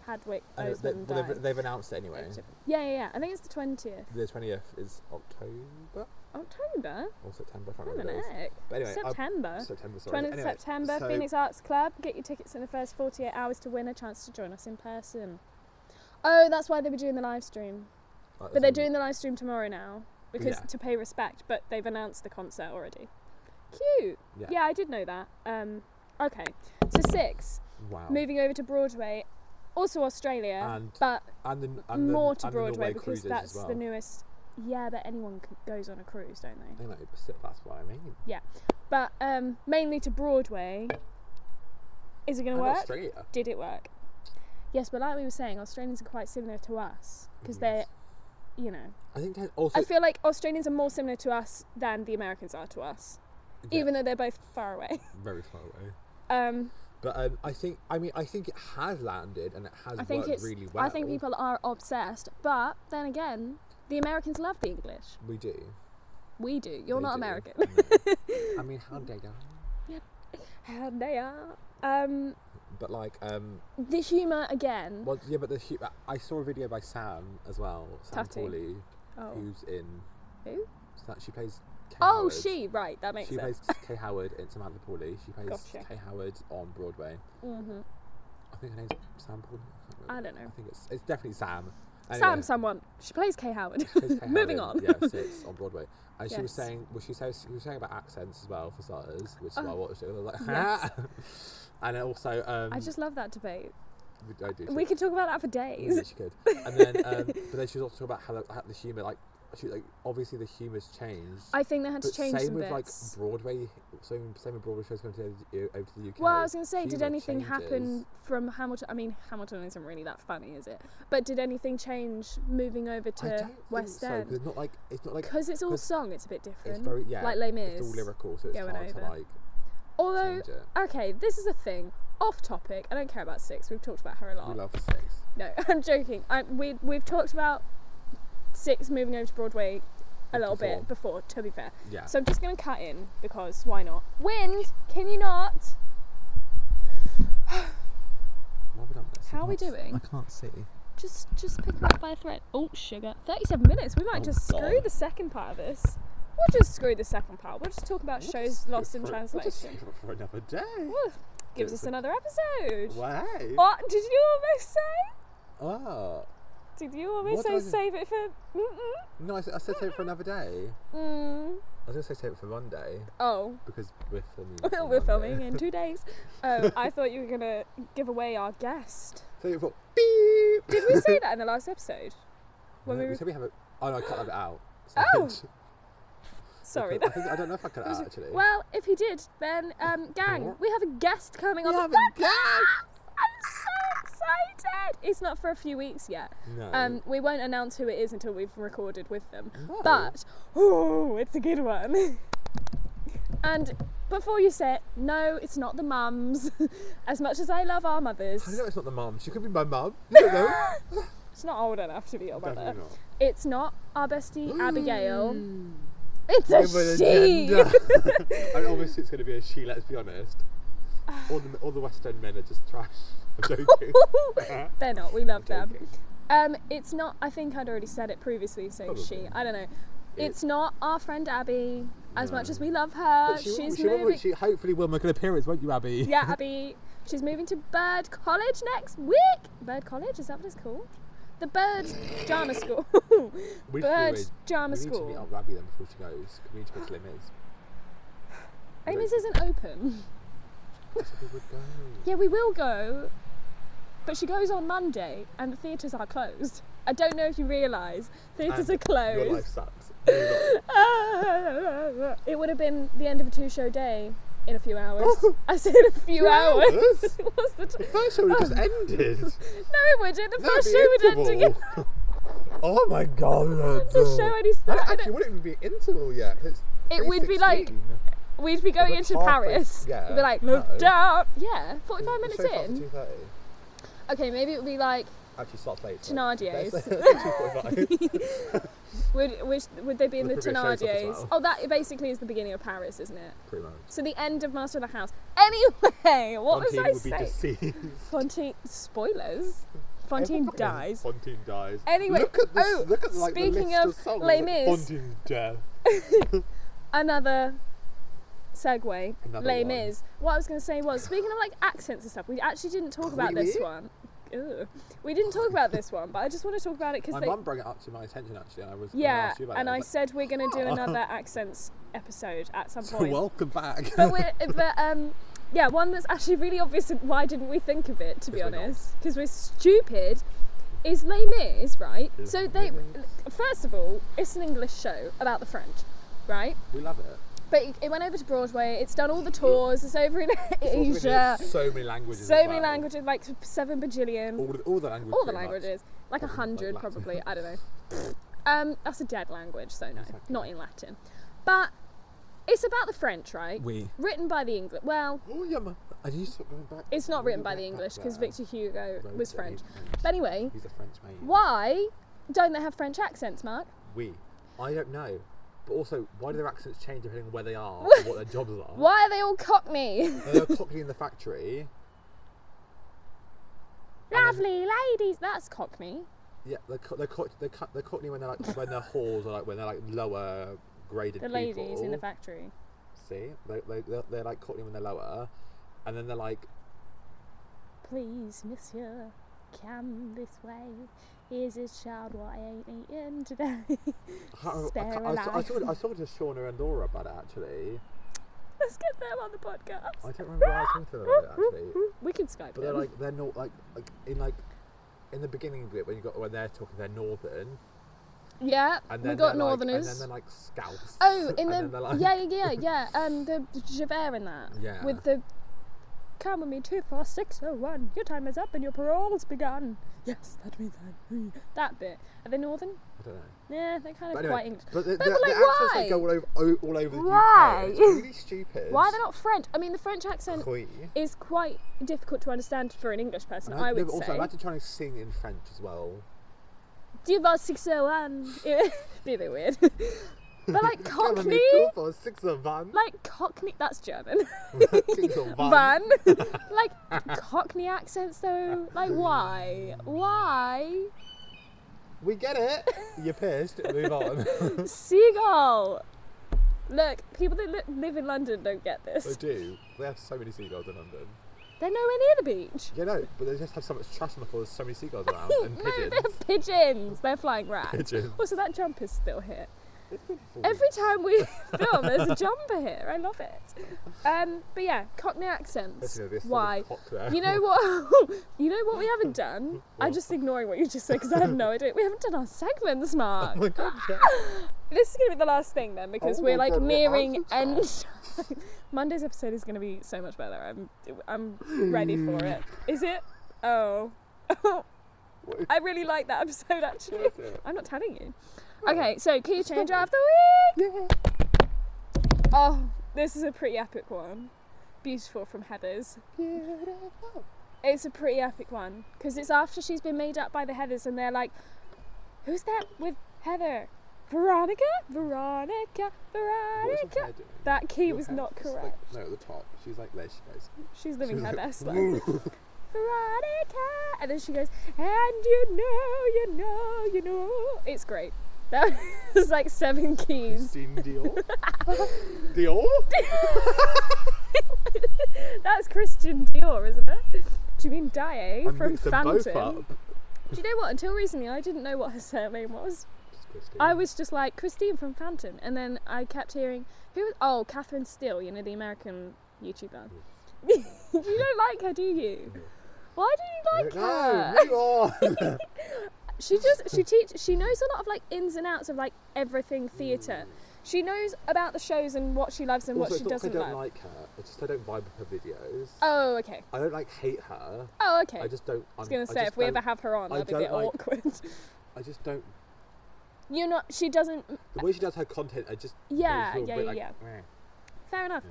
A: Chadwick
B: Uh, they,
A: Boseman
B: well,
A: dying.
B: they've, they've announced it anyway.
A: Yeah, yeah, yeah. I think it's the twentieth
B: The twentieth is October
A: October.
B: or September. I can't
A: Blimey
B: remember. what it is.
A: heck.
B: But Oh anyway,
A: September.
B: I, September. Sorry.
A: Twentieth
B: Anyway,
A: September.
B: so-
A: Phoenix Arts Club. Get your tickets in the first forty-eight hours to win a chance to join us in person. Oh, that's why they were doing the live stream.
B: Like,
A: But they're
B: um,
A: doing the live stream tomorrow now because
B: Yeah.
A: to pay respect. But they've announced the concert already. Cute.
B: Yeah.
A: Yeah, I did know that. Um, okay. So six.
B: Wow.
A: moving over to Broadway, also Australia,
B: And-
A: but
B: and the, and the,
A: more to
B: and the Norway
A: Broadway because
B: cruises as
A: that's
B: well.
A: the newest. Yeah, but anyone c- goes on a cruise, don't they?
B: I know, but still, that's what I mean.
A: But um, mainly to Broadway. Is it going to
B: And
A: work?
B: Australia.
A: Did it work? Yes, but like we were saying, Australians are quite similar to us
B: Mm-hmm.
A: because they're, you know,
B: I think that also.
A: I feel like Australians are more similar to us than the Americans are to us,
B: yeah,
A: even though they're both far away.
B: very far away.
A: Um,
B: But um, I think I mean I think it has landed and it has
A: I think
B: worked
A: it's.
B: really well.
A: I think people are obsessed, but then again, the Americans love the English.
B: we do.
A: We do. You're
B: They
A: not
B: do.
A: American.
B: No. I mean, how dare you?
A: How they are. Um,
B: But like, um,
A: the humour again.
B: well, yeah, but the hu- I saw a video by Sam as well, Sam
A: Tati.
B: Pauli,
A: Oh,
B: who's in.
A: Who?
B: Sa- She plays. Kay
A: oh,
B: Howard.
A: she. Right, that makes
B: She
A: sense.
B: plays Kay Howard in Samantha Pauli. She plays
A: Gotcha.
B: Kay Howard on Broadway.
A: hmm
B: I think her name's Sam Pauli. can't
A: I
B: remember.
A: don't know.
B: I think it's it's definitely Sam.
A: Sam,
B: Anyway.
A: someone. She plays Kay Howard.
B: Because Kate
A: Moving
B: Howard,
A: on.
B: Yeah, six on Broadway. And she was
A: Yes.
B: saying, well, she says she was saying about accents as well for starters, which is why I
A: Oh.
B: watched it. And I was like,
A: Yes.
B: and then also, um,
A: I just love that debate.
B: I do.
A: We
B: too.
A: could talk about that for
B: Mm,
A: days.
B: yeah, she could. And then, um, but then she was also talking about how the, how the humour, like, she, like obviously the humour's changed.
A: I think they had to
B: but
A: change
B: same
A: some
B: with
A: bits.
B: like Broadway, same same with Broadway shows coming to the, over to the UK.
A: well, I was going to say, did
B: humour
A: anything
B: changes.
A: happen from Hamilton? I mean, Hamilton isn't really that funny, is it? But did anything change moving over
B: I don't
A: to
B: think
A: West
B: so, 'cause
A: End?
B: it's not like it's not like
A: Because it's all
B: 'cause
A: song, it's a bit different.
B: it's very yeah,
A: like Les
B: it's all
A: Mis.
B: lyrical, so it's
A: going
B: hard to
A: over.
B: like
A: Although,
B: change it.
A: okay, this is a thing. Off topic. I don't care about Six. We've talked about her a lot.
B: We love six.
A: No, I'm joking. I, we, we've talked about Six moving over to Broadway a little bit before, to be fair.
B: Yeah.
A: So I'm just going to cut in because why not? Wind, can you not?
B: Why have we done this?
A: How are we doing?
B: can't see.
A: Just just pick it up by a thread. Oh, sugar. 37 minutes. We might
B: Oh,
A: just screw
B: God.
A: the second part of this. We'll just screw the second part. We'll just talk about
B: We'll
A: shows
B: just-
A: lost in
B: for- we'll just
A: translation.
B: save it for another day.
A: Woo, gives
B: do it
A: us
B: for-
A: another episode.
B: Why?
A: What did you almost say?
B: Oh.
A: Did you almost
B: What
A: say
B: was it?
A: save it for? Mm-mm.
B: No, I said, I said save it for another day.
A: Mm.
B: I was going to say save it for Monday
A: Oh,
B: because we're filming. on
A: we're filming
B: Monday.
A: in two days. Um, I thought you were gonna give away our guest.
B: Save it for beep.
A: Did we say that in the last episode? When
B: No,
A: we were-
B: said we have it. Oh no, I cut that bit out.
A: Oh,
B: Sorry.
A: Sorry.
B: I,
A: that-
B: think, I don't know if I cut it
A: was-
B: out actually.
A: Well, if he did, then um, gang, we have a guest coming
B: We
A: on
B: have
A: the
B: a
A: podcast.
B: guest!
A: I'm so excited. It's not for a few weeks yet.
B: no.
A: Um, we won't announce who it is until we've recorded with them.
B: No.
A: But oh, it's a good one. and before you say it, no, it's not the mums. as much as I love our
B: I
A: mothers,
B: know it's not the mum. She could be my mum. You don't know.
A: it's not old enough to be your mother.
B: Definitely not.
A: It's not our bestie Abigail. It's a
B: Women and
A: she.
B: gender. I mean, obviously it's going to be a she. Let's be honest. All the all the West End men are just trash. I'm joking.
A: They're not. We love them.
B: Joking.
A: Um, it's not. I think I'd already said it previously, so she.
B: Probably.
A: I don't know. It's
B: It's-
A: not our friend Abby. As much
B: No.
A: as we love her,
B: But she,
A: she's
B: she, will-
A: moving.
B: she hopefully will make an appearance, won't you, Abby?
A: yeah, Abby. She's moving to Bird College next week. Bird College is that what it's called? The Bird Drama School.
B: We should do
A: Bird
B: a-
A: Drama
B: we need to meet
A: School.
B: up with Abby then before she goes. 'cause We need to go to Limits.
A: Amos isn't open.
B: We would go.
A: Yeah, we will go, but she goes on Monday, and the theatres are closed. I don't know if you realise theatres are
B: And
A: closed.
B: Your life sucks. No, you're not.
A: it would have been the end of a two-show day in a few hours. I said a few hours.
B: Oh. hours?
A: What's the t-
B: The first show just ended.
A: no, it wouldn't. The
B: That'd
A: first
B: be
A: Um, show would end
B: interval.
A: together.
B: oh my god.
A: The show only
B: That
A: started.
B: actually wouldn't even be interval yet. It's
A: It would be like-
B: 3:16.
A: We'd be going
B: We're
A: into
B: halfway-
A: Paris.
B: yeah,
A: We'd be like,
B: no.
A: look down. Yeah,
B: The
A: 45 minutes
B: show starts at
A: in.
B: 2:30.
A: Okay, maybe it would be like,
B: Actually, starts late.
A: Tenardiers.
B: Tenardiers.
A: would, would, would they be in the
B: The previous show's up as
A: Thenardiers?
B: well.
A: Oh, that basically is the beginning of Paris, isn't it?
B: Pretty much.
A: So the end of Master of the House. Anyway, what
B: Fontaine would
A: was
B: be
A: I saying?
B: deceased.
A: Fontaine spoilers. Fontaine
B: Everyone fucking-
A: dies.
B: Fontaine dies.
A: Anyway,
B: look at this.
A: oh,
B: look at like the
A: speaking
B: list
A: of
B: of songs.
A: Les Mis.
B: Fontaine death.
A: Another segue.
B: Another
A: Lame
B: one.
A: is. What I was going to say was speaking of like accents and stuff. We actually didn't talk about
B: Really?
A: this one. Ugh. We didn't talk about this one, but I just want to talk about it because
B: My
A: they.
B: mum brought it up to my attention actually, and I was. when I
A: yeah,
B: asked you about
A: and
B: it,
A: I
B: was
A: said we're going to do
B: "Huh."
A: another accents episode at some
B: like,
A: point.
B: welcome back.
A: But we're, but um, yeah, one that's actually really obvious. And why didn't we think of it? To be
B: 'Cause we're not.
A: honest, because we're stupid. Is Les Mis right?
B: Is
A: so
B: Les
A: they,
B: Mis.
A: first of all, it's an English show about the French, right?
B: we love it.
A: But it, it went over to Broadway. It's done all the tours. It's over in
B: It's also been
A: Asia.
B: in So many languages.
A: So
B: as
A: many
B: well.
A: languages, like seven bajillion.
B: All, the- all the languages.
A: all the
B: pretty much.
A: languages, like a
B: Probably, like,
A: hundred
B: Latin.
A: probably. I don't know. Um, that's a dead language, so no,
B: Exactly.
A: not in Latin. But it's about the French, right?
B: We.
A: Written by the English. Well,
B: Oh yeah, man. I need to stop going back.
A: it's not
B: Really
A: written by
B: back
A: the
B: up
A: English because
B: there.
A: Victor Hugo
B: Rosie,
A: was French.
B: French.
A: But anyway,
B: He's a French mate.
A: why don't they have French accents, Mark?
B: We. I don't know. But also, why do their accents change depending on where they are and what their jobs are?
A: Why are they all Cockney?
B: They're cockney in the factory.
A: Lovely ladies, that's Cockney.
B: Yeah, they're co- they're, cock- they're, co- they're cockney when they're like when they're whores or like when they're like lower graded
A: The
B: people.
A: ladies in the factory.
B: See, they, they, they're, they're like cockney when they're lower, and then they're like
A: Please, Monsieur. Come this way. Here's his child. What I ain't eating E today.
B: I, can't remember- I,
A: Spare
B: can't-
A: a
B: I, saw- I,
A: life.
B: saw- I talked to Shauna and Laura about it actually.
A: Let's get them on the podcast.
B: I don't remember why I was talking to them about it actually.
A: We can Skype
B: But they're
A: them.
B: like they're not like like in like in the beginning of it when you got when they're talking they're northern
A: yeah,
B: and
A: we
B: then
A: got
B: they're, like-
A: Northerners.
B: and then they're like scouts.
A: Oh, in
B: and
A: the
B: then they're, like,
A: yeah, yeah, yeah, yeah. Um, the Javert in that.
B: Yeah.
A: With the come with me two four six oh one. Your time is up and your parole's begun. Yes, that means that. That bit. Are they northern?
B: I don't know.
A: Yeah, they're kind of
B: But anyway,
A: quite English.
B: but the, the,
A: But, like,
B: the accents
A: why?
B: that go all over o- all over the
A: Why?
B: UK. It's really stupid.
A: Why are they not French? I mean, the French accent
B: Queen.
A: is quite difficult to understand for an English person.
B: And
A: I would
B: no, but also,
A: say.
B: imagine trying to sing in French as well.
A: Two four six oh one. Be a bit weird. but like
B: Come and
A: Cockney,
B: meet two for six of van.
A: like Cockney. That's German.
B: Six of van.
A: van. like Cockney accents though. Like why? Why?
B: We get it. You're pissed. Move on.
A: Seagull. Look, people that li- live in London don't get
B: they
A: this.
B: do. They have so many seagulls in London.
A: They're nowhere near the beach.
B: You know, but they just have so much trash on the floor. There's so many seagulls around
A: no,
B: and
A: they're
B: pigeons.
A: pigeons. They're flying rats.
B: Pigeons.
A: Also, that jumper's still here.
B: It's been four
A: Every time we film, there's a jumper here. I love it. Um, but yeah, Cockney
B: weeks.
A: accents.
B: There's gonna be a solid
A: Why?
B: cock there.
A: You know what? you know what we haven't done. I'm just ignoring what you just said because I have no idea. We haven't done our segments,
B: Oh
A: Mark.
B: my god, yeah.
A: this is gonna be the last thing then because
B: Oh
A: we're
B: my
A: like
B: God, we're
A: nearing
B: out of
A: end. time. Monday's episode is gonna be so much better. I'm I'm ready for it. Is it? Oh,
B: What is-
A: I really like that episode actually.
B: What is it?
A: I'm not telling you. Okay, so key change of the week.
B: Yeah.
A: Oh, this is a pretty epic one. Beautiful from Heather's.
B: Beautiful.
A: It's a pretty epic one because it's after she's been made up by the Heathers and they're like, who's that with Heather? Veronica? Veronica?
B: What is your
A: Veronica?
B: hair doing?
A: That key
B: Your
A: was
B: hair
A: not
B: is, like-
A: correct.
B: no, at the top. She's like there. She goes.
A: She's
B: She
A: living
B: was
A: her
B: like,
A: best life.
B: "Woo."
A: Veronica! And then she goes, and you know, you know, you know. It's great. That was like seven keys.
B: Christine Dior. Dior.
A: That's Christian Dior, isn't it? Do you mean Dye
B: I
A: from
B: mixed them both
A: Phantom?
B: up.
A: Do you know what? Until recently, I didn't know what her surname was.
B: Just Christine.
A: I was just like Christine from Phantom, and then I kept hearing who was oh Catherine Steele, you know the American YouTuber. you don't like her, do you? Why do you like her?
B: No, move on.
A: She just she teach she knows a lot of like ins and outs of like everything theatre. She knows about the shows and what she loves and
B: Mm. also,
A: what she
B: it's not 'cause
A: doesn't
B: I don't
A: love.
B: like her. It's just I don't vibe with her videos.
A: oh okay.
B: I don't like hate her.
A: Oh okay.
B: I just don't.
A: I was
B: un-
A: gonna say
B: just
A: if we ever
B: don't-
A: have her on,
B: I
A: that'd be a
B: don't
A: bit
B: like-
A: awkward.
B: I just don't.
A: You're not. She doesn't.
B: The way she does her content, I just I
A: Yeah,
B: feel a
A: yeah,
B: bit
A: yeah,
B: like,
A: yeah.
B: meh.
A: Fair enough.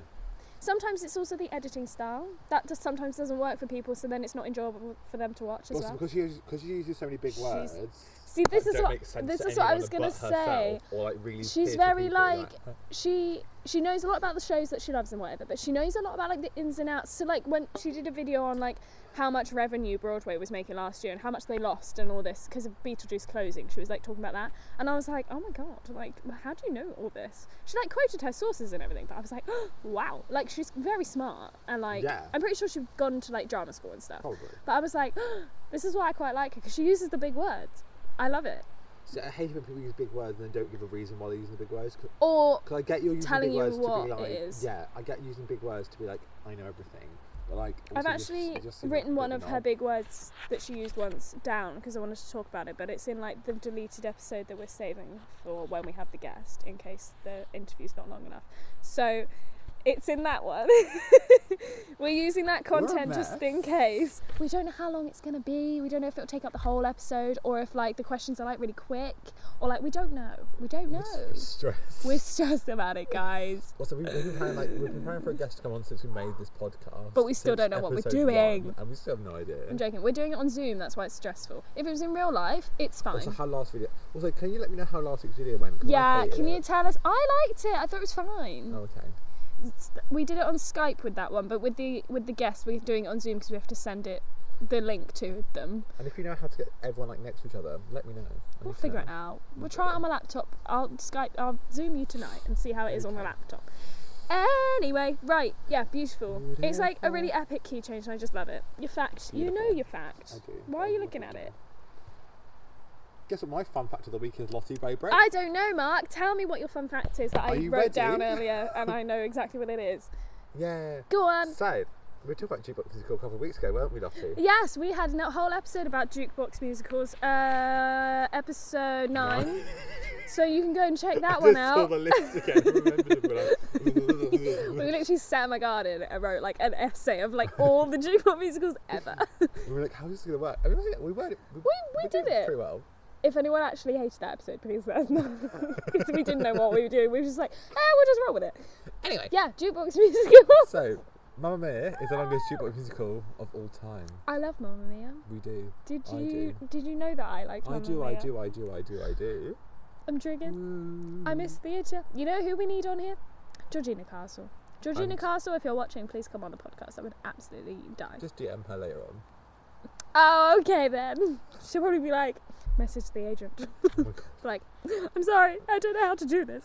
A: Sometimes it's also the editing style that just sometimes doesn't work for people, so then it's not enjoyable for them to watch as
B: Also,
A: well.
B: because she uses, because she uses so many big
A: She's-
B: words.
A: See, this
B: that
A: is
B: don't
A: what
B: make sense
A: this
B: to
A: is what I
B: anyone
A: was gonna
B: but
A: say.
B: herself, Or like really
A: She's
B: theatre
A: very
B: people, yeah.
A: like she she knows a lot about the shows that she loves and whatever, but she knows a lot about like the ins and outs. So like when she did a video on like how much revenue Broadway was making last year and how much they lost and all this because of Beetlejuice closing, she was like talking about that, and I was like, oh my god, like how do you know all this? She like quoted her sources and everything, but I was like, wow, like she's very smart and like
B: Yeah. Oh.
A: I'm pretty sure she'd gone to like drama school and stuff.
B: Probably.
A: But I was like, this is why I quite like her because she uses the big words. I love it.
B: So I hate it when people use big words and then don't give a reason why they're using the big words. Because
A: Or
B: I get you're using
A: Telling
B: big
A: you
B: words to
A: what
B: be
A: it
B: like,
A: is.
B: yeah, I get using big words to be like, I know everything. But like,
A: I've
B: also just-
A: actually
B: it just seems
A: written
B: like
A: one
B: a
A: of
B: bit
A: her
B: knob.
A: big words that she used once down because I wanted to talk about it, but it's in like the deleted episode that we're saving for when we have the guest in case the interview's not long enough. So it's in that one. we're using that
B: We're a
A: content just in
B: mess.
A: case. We don't know how long it's going to be. We don't know if it'll take up the whole episode or if like the questions are like really quick or like we don't know. We don't know.
B: It's Stress.
A: We're stressed about it, guys.
B: Also, we've we've been planning like we've been planning for a guest to come on since we made this podcast.
A: But we still don't
B: since
A: know what we're
B: episode one,
A: doing.
B: and we still have no idea.
A: I'm joking. We're doing it on Zoom. That's why it's stressful. If it was in real life, it's fine.
B: Also, how last video? Also, can you let me know how last week's video went? 'Cause I
A: Yeah,
B: hate
A: can
B: it.
A: you tell us? I liked it. I thought it was fine.
B: Oh, okay.
A: It's- We did it on Skype with that one, but with the with the guests, we're doing it on Zoom because we have to send it the link to them.
B: And if you know how to get everyone like next to each other, let me know. I
A: We'll
B: need to
A: figure
B: know.
A: it out. We'll try it on my laptop. I'll Skype. I'll Zoom you tonight and see how it is on the
B: Okay.
A: laptop. Anyway, right, yeah, beautiful. It's like a really
B: Beautiful.
A: epic key change, and I just love it. Your fact, you know
C: Beautiful.
A: your fact.
B: I do.
A: Why are you
B: I
A: looking
B: do,
A: at
B: I do.
A: it?
B: Guess what my fun fact of the week is, Lottie Braybrick?
A: I don't know, Mark. Tell me what your fun fact is that
B: Are
A: I
B: you
A: wrote down
B: ready?
A: earlier, and I know exactly what it is.
B: Yeah.
A: Go on.
B: so, we talked about Jukebox Musical a couple of weeks ago, weren't we, Lottie?
A: Yes, we had a whole episode about jukebox musicals, uh, episode nine. so you can go and check that one
B: Just saw
A: out.
B: the list again. remembered it,
A: We
B: but I-
A: literally sat in my garden and wrote like an essay of like all the jukebox musicals ever.
B: we were like, how is this going to work? I mean, we were. We,
A: we did it.
B: pretty well.
A: if anyone actually hated that episode, please let us know. Because we didn't know what we were doing. We were just like, eh, we'll just roll with it.
B: Anyway.
A: Yeah, jukebox musicals.
B: So, Mamma Mia is the longest jukebox musical of all time.
A: I love Mamma Mia.
B: We do.
A: Did
B: I
A: you did you know that I like
B: I
A: Mamma
B: do,
A: Mia?
B: I do, I do, I do, I do.
A: I'm drinking. I
B: I'm
A: miss theatre. You know who we need on here? Georgina Castle. Georgina
B: And-
A: Castle, if you're watching, please come on the podcast. I would absolutely die.
B: Just DM her later on.
A: Oh, okay then. She'll probably be like, message the agent.
B: Oh my God.
A: like, I'm sorry, I don't know how to do this.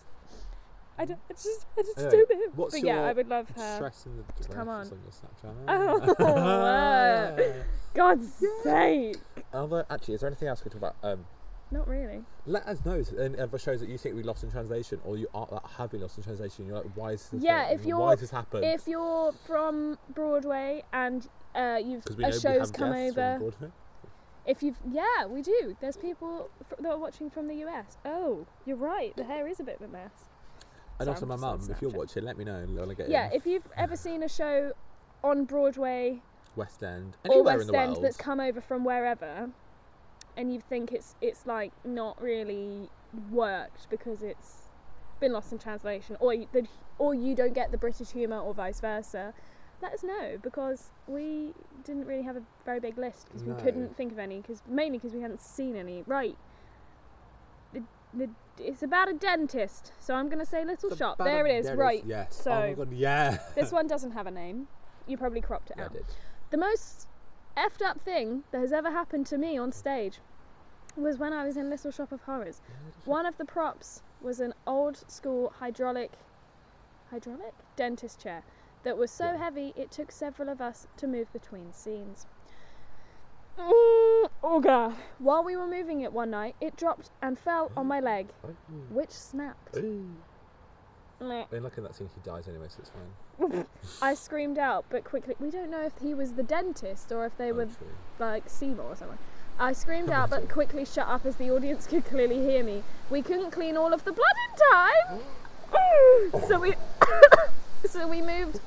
A: I, don't, I just, I just
B: Anyway,
A: don't know.
B: what's
A: but yeah,
B: your
A: I would love her.
B: Stress in the directions
A: come
B: on.
A: on.
B: your Snapchat.
A: Oh, wow. God's sake.
B: Although, actually, is there anything else we could talk about? Um,
A: Not really.
B: let us know any other shows that you think we lost in translation, or you are that have been lost in translation. You're like, why is this? a
A: Yeah,
B: thing?
A: if you're-
B: why has this happened?
A: If you're from Broadway and uh, you've
B: Because we know
A: a
B: we
A: show's
B: have
A: come
B: guests
A: over,
B: From Broadway.
A: if you've yeah, we do. There's people fr- that are watching from the US. Oh, you're right. The hair is a bit of a mess.
B: and
A: So
B: also
A: I'm
B: my
A: just on
B: mum. If you're
A: Snapchat.
B: watching, let me know. and I'll get
A: Yeah,
B: in.
A: if you've ever seen a show on Broadway
B: West End,
A: or
B: anywhere in
A: West
B: the
A: End
B: world.
A: that's come over from wherever, and you think it's it's like not really worked because it's been lost in translation, or you, the, or you don't get the British humour, or vice versa. Let us know because we didn't really have a very big list because we
B: No.
A: couldn't think of any, because mainly because we hadn't seen any. Right. The, the, it's about a dentist, so I'm gonna say little
B: It's
A: shop.
B: about a
A: There it is,
B: dentist,
A: right?
B: Yes.
A: So
B: oh my god. Yeah.
A: this one doesn't have a name. You probably cropped it
B: Yeah, I
A: out
B: did.
A: the most effed up thing that has ever happened to me on stage was when I was in Little Shop of Horrors. One of the props was an old school hydraulic hydraulic dentist chair that was so
B: Yeah.
A: heavy it took several of us to move between scenes. Mm, oh god. While we were moving it one night, it dropped and fell on my leg, which snapped.
B: And
A: Meh.
B: lucky in that scene, he dies anyway, so it's fine.
A: I screamed out, but quickly, we don't know if he was the dentist or if they
B: Oh,
A: were
B: true.
A: like Seymour or someone. I screamed out but quickly shut up as the audience could clearly hear me. We couldn't clean all of the blood in time. so we so we moved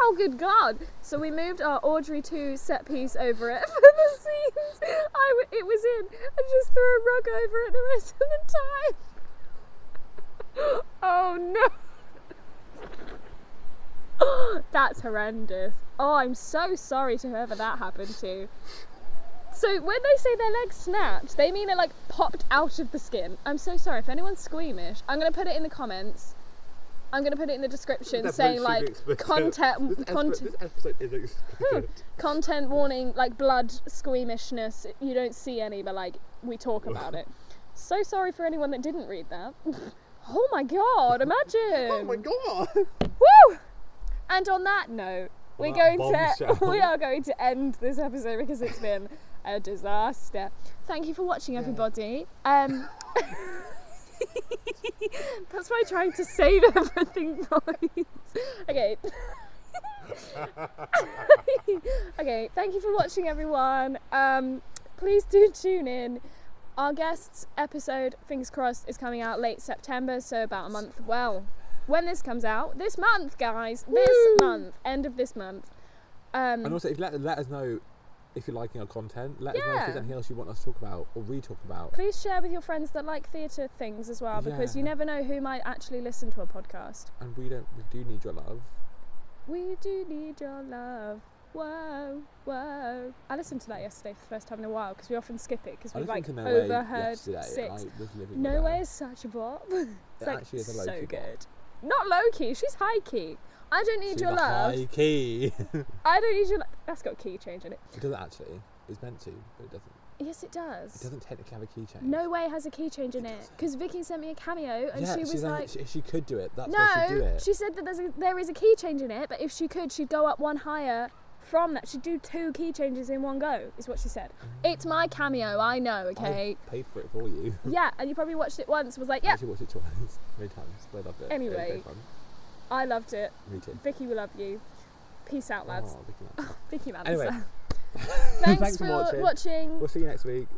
A: Oh good god. So we moved our Audrey 2 set piece over it for the scenes I w- it was in and just threw a rug over it the rest of the time. Oh no. That's horrendous. Oh, I'm so sorry to whoever that happened to. So when they say their leg snapped, they mean it like popped out of the skin. I'm so sorry if anyone's squeamish. I'm gonna put it in the comments. I'm gonna put it in the description
B: That
A: saying
B: should be
A: like
B: explicit. This
A: content
B: episode-
A: content
B: this episode is explicit.
A: content warning like blood squeamishness. You don't see any, but like we talk about it. So sorry for anyone that didn't read that. Oh my god! Imagine.
B: Oh
A: Um,
B: my god!
A: Woo! And on that note, we're
B: that
A: going
B: bombshell.
A: to we are going to end this episode because it's been a disaster. Thank you for watching, everybody. Um, that's why I tried to save everything, boys. Okay. okay. Thank you for watching, everyone. Um, please do tune in. Our guests episode, fingers crossed, is coming out late September, so about a month. Well, when this comes out, this month, guys, this month, end of this month.
B: And
A: Um,
B: also, if let, let us know if you're liking our content. Let us know if
A: Yeah.
B: there's anything else you want us to talk about or re-talk about.
A: please share with your friends that like theatre things as well, because you
B: Yeah.
A: never know who might actually listen to a podcast.
B: And we don't, we do need your love.
A: We do need your love. Whoa, whoa. I listened to that yesterday for the first time in a while because we often skip it because
B: I
A: we've
B: listened
A: like
B: to No Way
A: overheard
B: yesterday, and
A: six.
B: I was living
A: No
B: with
A: way
B: her.
A: is such a bop. It's
B: It
A: like
B: actually is a
A: so
B: low-key bop.
A: good. Not low key. She's high key. I don't need
B: She's
A: your
B: a
A: love.
B: High key.
A: I don't need your. Lo- That's got key change in it.
B: it doesn't actually. It's meant to, but it doesn't.
A: Yes, it does.
B: It doesn't technically have a keychain.
A: No way has a key change in it because Vicky sent me a cameo and
B: yeah,
A: she
B: she's
A: was
B: on-
A: like,
B: she, she could do it. That's why she'd do
A: "No."
B: it.
A: She said that there's a, there is a key change in it, but if she could, she'd go up one higher from that. She'd do two key changes in one go, is what she said. It's my cameo, I know,
B: Mm. I
A: okay.
B: paid for it for you.
A: Yeah, and you probably watched it once. Was like,
B: I
A: yeah,
B: actually watched it twice, three times. I loved it. It
A: Anyway.
B: was so fun.
A: I loved it.
B: Me too.
A: Vicky will love you. Peace out, lads.
B: Oh,
A: Vicky
B: Vicky Madsen.
A: Madsen.
B: Anyway.
A: thanks,
B: Thanks
A: for
B: for watching.
A: watching.
B: we'll see you next week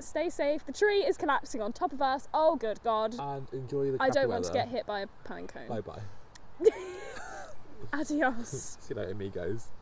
A: Stay safe. The tree is collapsing on top of us. Oh, good God.
B: and enjoy the
A: I don't
B: crappy
A: want to
B: Ah, weather.
A: get hit by a pine cone.
B: Bye bye.
A: Adios.
B: See you later, amigos.